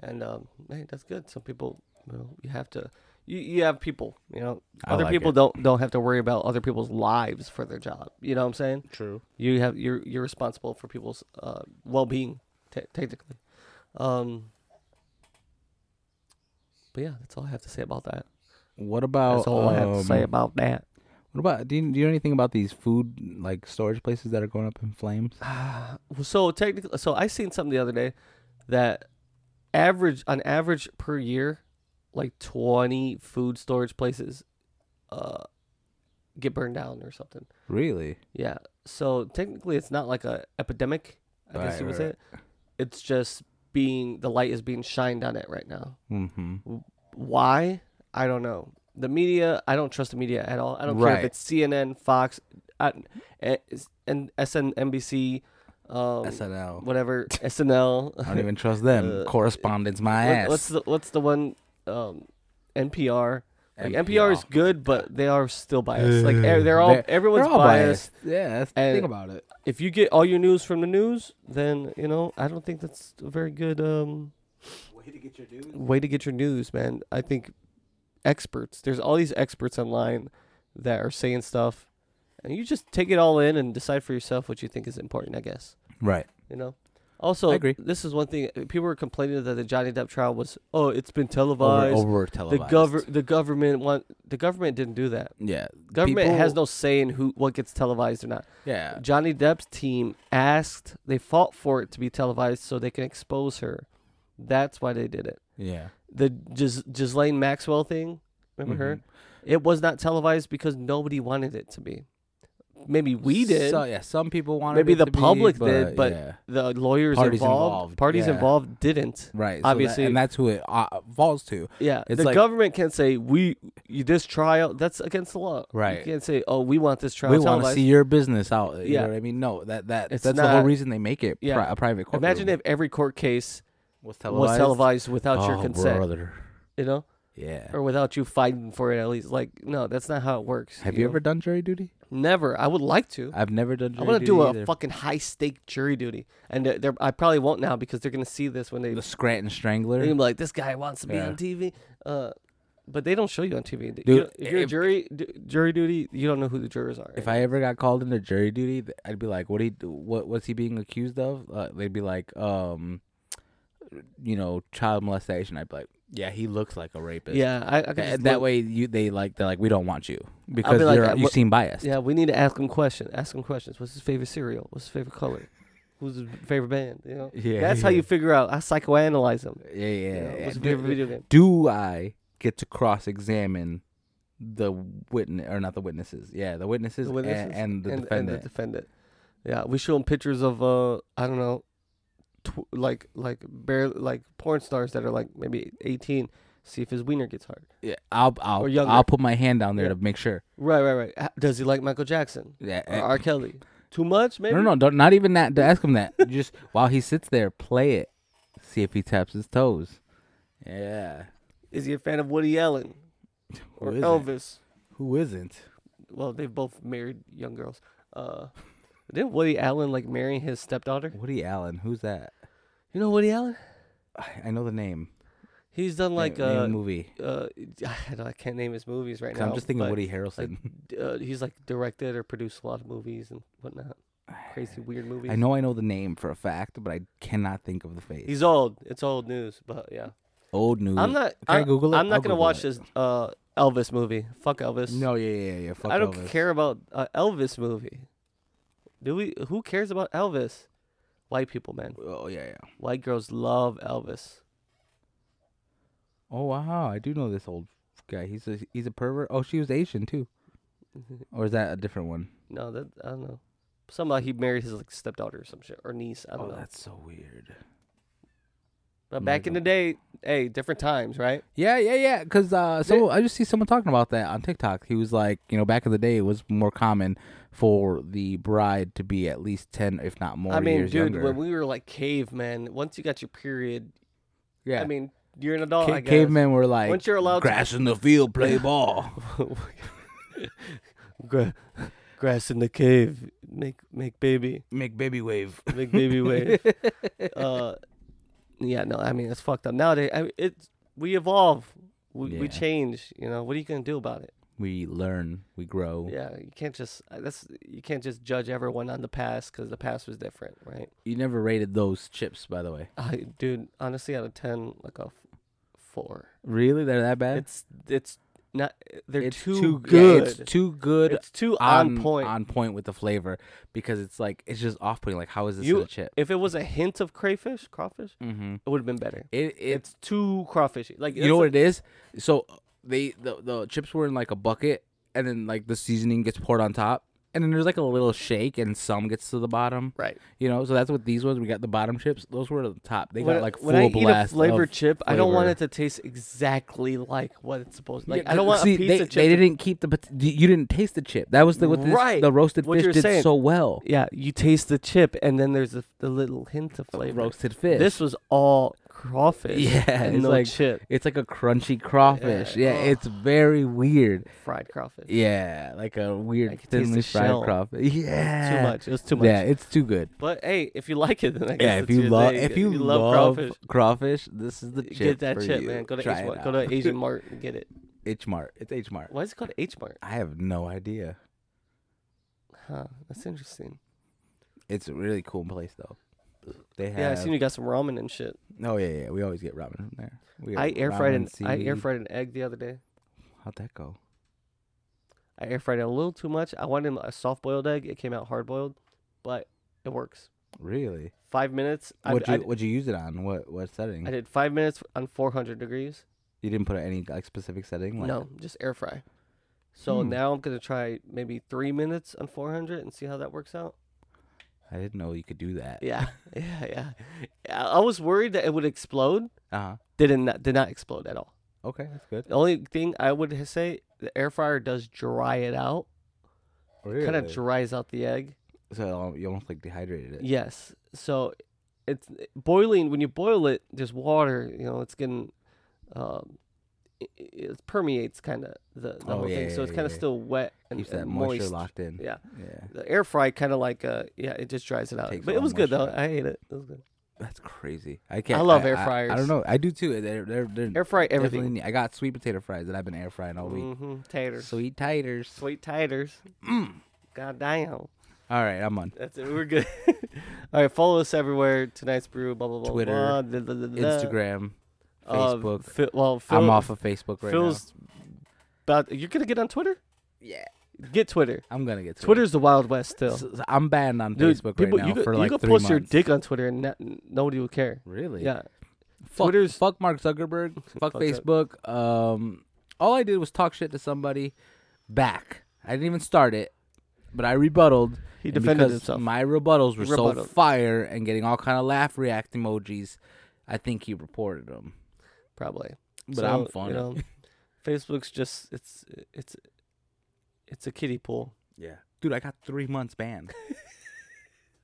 [SPEAKER 1] and um, hey, that's good. Some people, you know, you have to, you, you have people, you know,
[SPEAKER 3] I
[SPEAKER 1] other
[SPEAKER 3] like
[SPEAKER 1] people
[SPEAKER 3] it.
[SPEAKER 1] don't don't have to worry about other people's lives for their job. You know what I'm saying?
[SPEAKER 3] True.
[SPEAKER 1] You have you're you're responsible for people's uh, well being, te- technically. Um, but yeah, that's all I have to say about that.
[SPEAKER 3] What about
[SPEAKER 1] That's all I have to
[SPEAKER 3] um,
[SPEAKER 1] say about that.
[SPEAKER 3] What about do you, do you know anything about these food like storage places that are going up
[SPEAKER 1] <sighs>
[SPEAKER 3] in flames?
[SPEAKER 1] Well, So technically, so I seen something the other day that average on average per year, like twenty food storage places, uh, get burned down or something.
[SPEAKER 3] Really?
[SPEAKER 1] Yeah. So technically, it's not like a epidemic. I guess
[SPEAKER 3] Right,
[SPEAKER 1] you would say
[SPEAKER 3] right,
[SPEAKER 1] it. It's just being the light is being shined on it right now.
[SPEAKER 3] Mm-hmm.
[SPEAKER 1] Why? I don't know. The media, I don't trust the media at all. I don't care if
[SPEAKER 3] Right.
[SPEAKER 1] it's CNN, Fox, I, eh, and SNNBC. Um,
[SPEAKER 3] SNL.
[SPEAKER 1] whatever SNL. <laughs>
[SPEAKER 3] I don't even trust them.
[SPEAKER 1] Uh,
[SPEAKER 3] Correspondence, my
[SPEAKER 1] What-
[SPEAKER 3] ass.
[SPEAKER 1] What's the what's the one? Um, NPR. Like NPR is good, but they are still biased. Like e- they're all
[SPEAKER 3] They're-
[SPEAKER 1] everyone's
[SPEAKER 3] They're all
[SPEAKER 1] biased.
[SPEAKER 3] biased. Yeah, that's the
[SPEAKER 1] And-
[SPEAKER 3] thing about it.
[SPEAKER 1] If you get all your news from the news, then you know I don't think that's a very good um
[SPEAKER 3] Way to get your
[SPEAKER 1] way to get your news, man. I think experts. There's all these experts online that are saying stuff, and you just take it all in and decide for yourself what you think is important. I guess.
[SPEAKER 3] Right.
[SPEAKER 1] You know. Also,
[SPEAKER 3] I agree.
[SPEAKER 1] this is one thing people were complaining that the Johnny Depp trial was oh it's been
[SPEAKER 3] Over,
[SPEAKER 1] televised.
[SPEAKER 3] over
[SPEAKER 1] the
[SPEAKER 3] televised.
[SPEAKER 1] gov the government want the government didn't do that.
[SPEAKER 3] Yeah.
[SPEAKER 1] Government has
[SPEAKER 3] people- Uh,
[SPEAKER 1] no say in who what gets televised or not.
[SPEAKER 3] Yeah.
[SPEAKER 1] Johnny Depp's team asked they fought for it to be televised so they can expose her. That's why they did it.
[SPEAKER 3] Yeah.
[SPEAKER 1] The Gis- Ghislaine Maxwell thing, remember her?
[SPEAKER 3] Mhm.
[SPEAKER 1] It was not televised because nobody wanted it to be. Maybe we did.
[SPEAKER 3] So, yeah, some people wanted.
[SPEAKER 1] Maybe
[SPEAKER 3] it
[SPEAKER 1] the
[SPEAKER 3] to be,
[SPEAKER 1] public did, but
[SPEAKER 3] yeah.
[SPEAKER 1] the lawyers
[SPEAKER 3] Parties
[SPEAKER 1] involved,
[SPEAKER 3] involved,
[SPEAKER 1] parties
[SPEAKER 3] yeah.
[SPEAKER 1] involved didn't.
[SPEAKER 3] right, so that-
[SPEAKER 1] obviously-
[SPEAKER 3] and that's who it uh, falls to.
[SPEAKER 1] Yeah,
[SPEAKER 3] It's
[SPEAKER 1] the
[SPEAKER 3] like-
[SPEAKER 1] government can't say we you, this trial that's against the law.
[SPEAKER 3] Right.
[SPEAKER 1] you can't say oh we want this trial.
[SPEAKER 3] We want to
[SPEAKER 1] televised."
[SPEAKER 3] see your business out. You
[SPEAKER 1] Yeah.
[SPEAKER 3] know what I mean? No, that that
[SPEAKER 1] It's
[SPEAKER 3] that's the whole
[SPEAKER 1] not-
[SPEAKER 3] reason they make it
[SPEAKER 1] Yeah.
[SPEAKER 3] pri- a private court.
[SPEAKER 1] Imagine if every court case
[SPEAKER 3] was
[SPEAKER 1] was televised without your
[SPEAKER 3] Oh,
[SPEAKER 1] consent,
[SPEAKER 3] brother.
[SPEAKER 1] you know,
[SPEAKER 3] Yeah.
[SPEAKER 1] or without you fighting for it at least. Like no, that's not how it works.
[SPEAKER 3] Have you
[SPEAKER 1] know?
[SPEAKER 3] ever done jury duty?
[SPEAKER 1] Never. I would like to.
[SPEAKER 3] I've never done.
[SPEAKER 1] I
[SPEAKER 3] Jury
[SPEAKER 1] want to
[SPEAKER 3] duty
[SPEAKER 1] do a
[SPEAKER 3] either.
[SPEAKER 1] fucking high stake jury duty, and they're, they're- I probably won't now because they're gonna see this when they.
[SPEAKER 3] the
[SPEAKER 1] They're
[SPEAKER 3] Scranton
[SPEAKER 1] gonna
[SPEAKER 3] Strangler.
[SPEAKER 1] be like, this guy wants to be
[SPEAKER 3] Yeah.
[SPEAKER 1] on TV. Uh, but they don't show you on TV. You
[SPEAKER 3] Dude,
[SPEAKER 1] don't- if you're
[SPEAKER 3] if-
[SPEAKER 1] jury d- jury duty, you don't know who the jurors are.
[SPEAKER 3] If I ever got called into jury duty, th- I'd be like, "What he? What was he being accused of?" Uh, they'd be like, "Um, you know, child molestation." I'd be like, "Yeah, he looks like a rapist."
[SPEAKER 1] yeah, I, I could
[SPEAKER 3] Th-
[SPEAKER 1] just
[SPEAKER 3] that
[SPEAKER 1] look-
[SPEAKER 3] way, you they like they're like, "We don't want you because
[SPEAKER 1] be like,
[SPEAKER 3] you're,
[SPEAKER 1] uh,
[SPEAKER 3] you
[SPEAKER 1] what-
[SPEAKER 3] seem biased."
[SPEAKER 1] Yeah, we need to ask him questions. Ask him questions. What's his favorite cereal? What's his favorite color?
[SPEAKER 3] <laughs>
[SPEAKER 1] Who's his favorite band? You know,
[SPEAKER 3] <laughs> Yeah,
[SPEAKER 1] that's how
[SPEAKER 3] yeah.
[SPEAKER 1] you figure out. I psychoanalyze him.
[SPEAKER 3] yeah, yeah.
[SPEAKER 1] you know,
[SPEAKER 3] yeah.
[SPEAKER 1] What's his
[SPEAKER 3] Do,
[SPEAKER 1] favorite video game?
[SPEAKER 3] do I get to cross examine the witness or not the witnesses? Yeah, the witnesses,
[SPEAKER 1] The
[SPEAKER 3] a-
[SPEAKER 1] witnesses
[SPEAKER 3] and, the defendant.
[SPEAKER 1] And the defendant. Yeah, we show him pictures of uh, I don't know, tw- like like barely like porn stars that are like maybe eighteen. See if his wiener gets hard.
[SPEAKER 3] yeah, I'll I'll
[SPEAKER 1] Or younger.
[SPEAKER 3] I'll put my hand down there
[SPEAKER 1] Yeah.
[SPEAKER 3] to make sure.
[SPEAKER 1] Right, right, right. Ah, Does he like Michael Jackson
[SPEAKER 3] Yeah,
[SPEAKER 1] or
[SPEAKER 3] eh,
[SPEAKER 1] R. Kelly? Too much, maybe.
[SPEAKER 3] No, no, don't, not even that. Don't ask him that. Just <laughs> while he sits there, play it. See if he taps his toes. Yeah.
[SPEAKER 1] Is he a fan of Woody Allen or
[SPEAKER 3] isn't?
[SPEAKER 1] Elvis?
[SPEAKER 3] Who isn't?
[SPEAKER 1] well, they both married young girls. Uh, <laughs> didn't Woody Allen like marry his stepdaughter?
[SPEAKER 3] Woody Allen. Who's that?
[SPEAKER 1] You know Woody Allen?
[SPEAKER 3] I, I know the name.
[SPEAKER 1] He's done like
[SPEAKER 3] name, name
[SPEAKER 1] uh,
[SPEAKER 3] movie.
[SPEAKER 1] uh, <laughs> I, don't, I can't name his movies right
[SPEAKER 3] 'Cause
[SPEAKER 1] now.
[SPEAKER 3] I'm just thinking
[SPEAKER 1] but,
[SPEAKER 3] Woody Harrelson. <laughs>
[SPEAKER 1] d- Uh, he's like directed or produced a lot of movies and whatnot. Crazy weird movies.
[SPEAKER 3] I know I know the name for a fact, but I cannot think of the face.
[SPEAKER 1] He's old. It's old news, but yeah.
[SPEAKER 3] old news.
[SPEAKER 1] I'm not.
[SPEAKER 3] Can I
[SPEAKER 1] I'm-
[SPEAKER 3] Google it?
[SPEAKER 1] I'm not
[SPEAKER 3] I'll
[SPEAKER 1] gonna
[SPEAKER 3] Google
[SPEAKER 1] watch
[SPEAKER 3] it.
[SPEAKER 1] this uh, Elvis movie. Fuck Elvis.
[SPEAKER 3] No, yeah, yeah, yeah, yeah. Fuck
[SPEAKER 1] I don't
[SPEAKER 3] Elvis.
[SPEAKER 1] care about uh, Elvis movie. Do we? Who cares about Elvis? White people, man.
[SPEAKER 3] Oh yeah, yeah.
[SPEAKER 1] White girls love
[SPEAKER 3] <laughs>
[SPEAKER 1] Elvis.
[SPEAKER 3] Oh wow, I do know this old guy. He's a he's a pervert. Oh, she was Asian too, or is that a different one?
[SPEAKER 1] No, that I don't know. Somehow he married his like stepdaughter or some shit or niece. I don't
[SPEAKER 3] Oh,
[SPEAKER 1] know.
[SPEAKER 3] that's so weird.
[SPEAKER 1] But back in the day, hey, different times, right?
[SPEAKER 3] Yeah, yeah, yeah. Because uh, so I just see someone talking about that on TikTok. He was like, you know, back in the day, it was more common for the bride to be at least ten, if not more,
[SPEAKER 1] I mean,
[SPEAKER 3] years
[SPEAKER 1] dude,
[SPEAKER 3] younger.
[SPEAKER 1] when we were like cavemen, once you got your period,
[SPEAKER 3] yeah,
[SPEAKER 1] I mean, you're an adult.
[SPEAKER 3] Ca-
[SPEAKER 1] I guess. <laughs>
[SPEAKER 3] cavemen were like,
[SPEAKER 1] Once you're allowed to-
[SPEAKER 3] grass in the
[SPEAKER 1] <laughs>
[SPEAKER 3] field, play ball.
[SPEAKER 1] Gra- grass in the cave, make make baby,
[SPEAKER 3] Make baby wave.
[SPEAKER 1] make baby
[SPEAKER 3] <laughs>
[SPEAKER 1] wave. uh, yeah, no, I mean it's fucked up. Nowadays, I mean, it's we evolve, we, we
[SPEAKER 3] Yeah.
[SPEAKER 1] change. You know, what are you gonna do about it?
[SPEAKER 3] We learn, we grow.
[SPEAKER 1] Yeah, you can't just uh, that's you can't just judge everyone on the past because the past was different, right?
[SPEAKER 3] You never rated those chips, by the way.
[SPEAKER 1] I dude, honestly, out of ten, like a f- four.
[SPEAKER 3] Really, they're that bad?
[SPEAKER 1] It's it's not. They're
[SPEAKER 3] It's
[SPEAKER 1] Eh? too,
[SPEAKER 3] good.
[SPEAKER 1] good.
[SPEAKER 3] It's too good.
[SPEAKER 1] It's too on, point.
[SPEAKER 3] On point with the flavor because it's like it's just off putting. Like, how is this
[SPEAKER 1] You-
[SPEAKER 3] in a chip?
[SPEAKER 1] If it was a hint of crayfish, crawfish,
[SPEAKER 3] Mm-hmm.
[SPEAKER 1] it would have been better.
[SPEAKER 3] It it's
[SPEAKER 1] It's too crawfishy. Like
[SPEAKER 3] you know what it is. So they the the chips were in like a bucket, and then like the seasoning gets poured on top, and then there's like a little shake, and some gets to the bottom.
[SPEAKER 1] Right.
[SPEAKER 3] You know, so that's what these ones. We got the bottom chips; those were at the top. They
[SPEAKER 1] when,
[SPEAKER 3] got like full
[SPEAKER 1] when I eat a
[SPEAKER 3] blast.
[SPEAKER 1] flavored
[SPEAKER 3] of
[SPEAKER 1] chip, I don't want
[SPEAKER 3] flavor.
[SPEAKER 1] it to taste exactly like what it's supposed. to Like
[SPEAKER 3] Yeah,
[SPEAKER 1] I don't want
[SPEAKER 3] 'cause see,
[SPEAKER 1] a pizza
[SPEAKER 3] they,
[SPEAKER 1] chip.
[SPEAKER 3] They
[SPEAKER 1] to-
[SPEAKER 3] didn't keep the pot- you didn't taste the chip. That was the what this,
[SPEAKER 1] Right.
[SPEAKER 3] the roasted
[SPEAKER 1] What
[SPEAKER 3] fish
[SPEAKER 1] you're
[SPEAKER 3] did
[SPEAKER 1] saying.
[SPEAKER 3] so well.
[SPEAKER 1] yeah, you taste the chip, and then there's a, the little hint of flavor.
[SPEAKER 3] Roasted fish.
[SPEAKER 1] This was all crawfish. <laughs>
[SPEAKER 3] Yeah,
[SPEAKER 1] and
[SPEAKER 3] it's
[SPEAKER 1] no
[SPEAKER 3] like-
[SPEAKER 1] chip.
[SPEAKER 3] it's like a crunchy crawfish.
[SPEAKER 1] Yeah.
[SPEAKER 3] Yeah, it's very weird.
[SPEAKER 1] Fried crawfish.
[SPEAKER 3] Yeah, like a
[SPEAKER 1] I
[SPEAKER 3] weird
[SPEAKER 1] can taste the
[SPEAKER 3] thinly fried
[SPEAKER 1] shell.
[SPEAKER 3] crawfish.
[SPEAKER 1] Too
[SPEAKER 3] Yeah,
[SPEAKER 1] much. It was too much.
[SPEAKER 3] Yeah, it's too good.
[SPEAKER 1] But hey, if you like it, then I guess
[SPEAKER 3] Yeah, if
[SPEAKER 1] it's
[SPEAKER 3] you
[SPEAKER 1] your
[SPEAKER 3] love
[SPEAKER 1] thing.
[SPEAKER 3] if you,
[SPEAKER 1] love,
[SPEAKER 3] love
[SPEAKER 1] crawfish,
[SPEAKER 3] crawfish, this is the chip.
[SPEAKER 1] get that
[SPEAKER 3] for
[SPEAKER 1] chip,
[SPEAKER 3] you.
[SPEAKER 1] man. Go to
[SPEAKER 3] Try
[SPEAKER 1] H
[SPEAKER 3] it
[SPEAKER 1] Mart. Go
[SPEAKER 3] out. <laughs>
[SPEAKER 1] to Asian Mart and get it.
[SPEAKER 3] H Mart. It's H Mart.
[SPEAKER 1] Why is it called H Mart?
[SPEAKER 3] I have no idea.
[SPEAKER 1] Huh, that's interesting.
[SPEAKER 3] It's a really cool place though. They have.
[SPEAKER 1] Yeah, I seen you got some ramen and shit.
[SPEAKER 3] Oh yeah, yeah. We always get ramen from there. We
[SPEAKER 1] I
[SPEAKER 3] get
[SPEAKER 1] air fried
[SPEAKER 3] ramen,
[SPEAKER 1] an I air
[SPEAKER 3] seaweed.
[SPEAKER 1] fried an egg the other day.
[SPEAKER 3] How'd that go?
[SPEAKER 1] I air fried it a little too much. I wanted a soft boiled egg. It came out hard boiled, but it works.
[SPEAKER 3] Really?
[SPEAKER 1] Five minutes. I,
[SPEAKER 3] What
[SPEAKER 1] I,
[SPEAKER 3] you What you use it on? What What setting?
[SPEAKER 1] I did five minutes on 400 degrees.
[SPEAKER 3] you didn't put any like specific setting. Like,
[SPEAKER 1] No, just air fry. So
[SPEAKER 3] Hmm.
[SPEAKER 1] now I'm gonna try maybe three minutes on 400 and see how that works
[SPEAKER 3] <laughs>
[SPEAKER 1] out.
[SPEAKER 3] I didn't know you could do that.
[SPEAKER 1] Yeah, <laughs> yeah, yeah. yeah. I was worried that it would explode.
[SPEAKER 3] Uh huh.
[SPEAKER 1] Didn't not, did not explode at all.
[SPEAKER 3] Okay, that's good.
[SPEAKER 1] The only thing I would h- say the air fryer does dry it out.
[SPEAKER 3] Really?
[SPEAKER 1] Kind of dries out the egg.
[SPEAKER 3] so um, you almost like dehydrated it.
[SPEAKER 1] Yes. So it's boiling. When you boil it, there's water. You know, it's getting. Um, it, it permeates kind of the, the
[SPEAKER 3] Oh,
[SPEAKER 1] whole
[SPEAKER 3] yeah,
[SPEAKER 1] thing, so
[SPEAKER 3] yeah,
[SPEAKER 1] it's kind of
[SPEAKER 3] yeah.
[SPEAKER 1] still wet and,
[SPEAKER 3] Keeps
[SPEAKER 1] and
[SPEAKER 3] that moisture
[SPEAKER 1] moist.
[SPEAKER 3] locked in.
[SPEAKER 1] Yeah,
[SPEAKER 3] yeah.
[SPEAKER 1] the air fry kind of like uh, yeah, it just dries it out.
[SPEAKER 3] Takes
[SPEAKER 1] but
[SPEAKER 3] all
[SPEAKER 1] it was good though.
[SPEAKER 3] moisture
[SPEAKER 1] I ate it. It was good.
[SPEAKER 3] That's crazy. I can't.
[SPEAKER 1] love
[SPEAKER 3] I-
[SPEAKER 1] air
[SPEAKER 3] I- I,
[SPEAKER 1] fryers.
[SPEAKER 3] don't know. I do too. They're they're, they're
[SPEAKER 1] Air fry
[SPEAKER 3] definitely
[SPEAKER 1] everything.
[SPEAKER 3] neat. I got sweet potato fries that I've been air frying all week.
[SPEAKER 1] Mm-hmm. Taters.
[SPEAKER 3] Sweet taters.
[SPEAKER 1] Sweet taters.
[SPEAKER 3] Mm.
[SPEAKER 1] God damn.
[SPEAKER 3] All right, I'm on
[SPEAKER 1] That's it. We're good. <laughs> All right. Follow us everywhere. Tonight's brew. Blah blah blah.
[SPEAKER 3] Twitter,
[SPEAKER 1] blah, da, da, da, da.
[SPEAKER 3] Instagram,
[SPEAKER 1] Uh,
[SPEAKER 3] Facebook.
[SPEAKER 1] Phil- well, Phil,
[SPEAKER 3] I'm off of Facebook right
[SPEAKER 1] Phil's about. You're gonna get on Twitter.
[SPEAKER 3] now. Yeah,
[SPEAKER 1] Get Twitter.
[SPEAKER 3] I'm gonna get to
[SPEAKER 1] Twitter's the wild west
[SPEAKER 3] It.
[SPEAKER 1] still.
[SPEAKER 3] S- s- I'm banned on
[SPEAKER 1] Dude,
[SPEAKER 3] Facebook
[SPEAKER 1] people,
[SPEAKER 3] right now
[SPEAKER 1] you could,
[SPEAKER 3] for
[SPEAKER 1] you
[SPEAKER 3] like
[SPEAKER 1] could
[SPEAKER 3] three
[SPEAKER 1] post
[SPEAKER 3] months.
[SPEAKER 1] your dick on Twitter and not, nobody will care.
[SPEAKER 3] Really?
[SPEAKER 1] Yeah.
[SPEAKER 3] Fuck,
[SPEAKER 1] Twitter's-
[SPEAKER 3] fuck Mark Zuckerberg. Fuck
[SPEAKER 1] Fuck that.
[SPEAKER 3] Facebook. Um, all I did was talk shit to somebody. Back. I didn't even start it, but I rebutted.
[SPEAKER 1] He
[SPEAKER 3] And
[SPEAKER 1] defended
[SPEAKER 3] because
[SPEAKER 1] himself.
[SPEAKER 3] My rebuttals were so
[SPEAKER 1] Rebuttal.
[SPEAKER 3] fire and getting all kind of laugh react emojis. I think he reported them.
[SPEAKER 1] probably.
[SPEAKER 3] But
[SPEAKER 1] So,
[SPEAKER 3] I'm funny.
[SPEAKER 1] You know, Facebook's just it's it's it's a kiddie pool.
[SPEAKER 3] yeah, dude, I got three months
[SPEAKER 1] <laughs>
[SPEAKER 3] banned.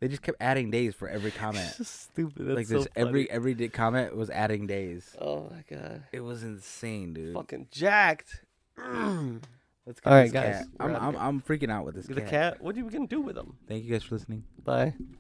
[SPEAKER 3] they just kept adding days for every <laughs> comment.
[SPEAKER 1] It's just stupid. That's
[SPEAKER 3] like
[SPEAKER 1] so
[SPEAKER 3] this, every
[SPEAKER 1] funny.
[SPEAKER 3] every di- comment was adding days.
[SPEAKER 1] Oh my god.
[SPEAKER 3] It was insane, dude.
[SPEAKER 1] Fucking jacked. <clears throat>
[SPEAKER 3] Let's
[SPEAKER 1] All right,
[SPEAKER 3] this
[SPEAKER 1] guys,
[SPEAKER 3] cat.
[SPEAKER 1] we're out
[SPEAKER 3] I'm,
[SPEAKER 1] of
[SPEAKER 3] I'm
[SPEAKER 1] here.
[SPEAKER 3] I'm freaking out with this
[SPEAKER 1] the cat. What are we gonna do with him?
[SPEAKER 3] Thank you guys for listening.
[SPEAKER 1] Bye.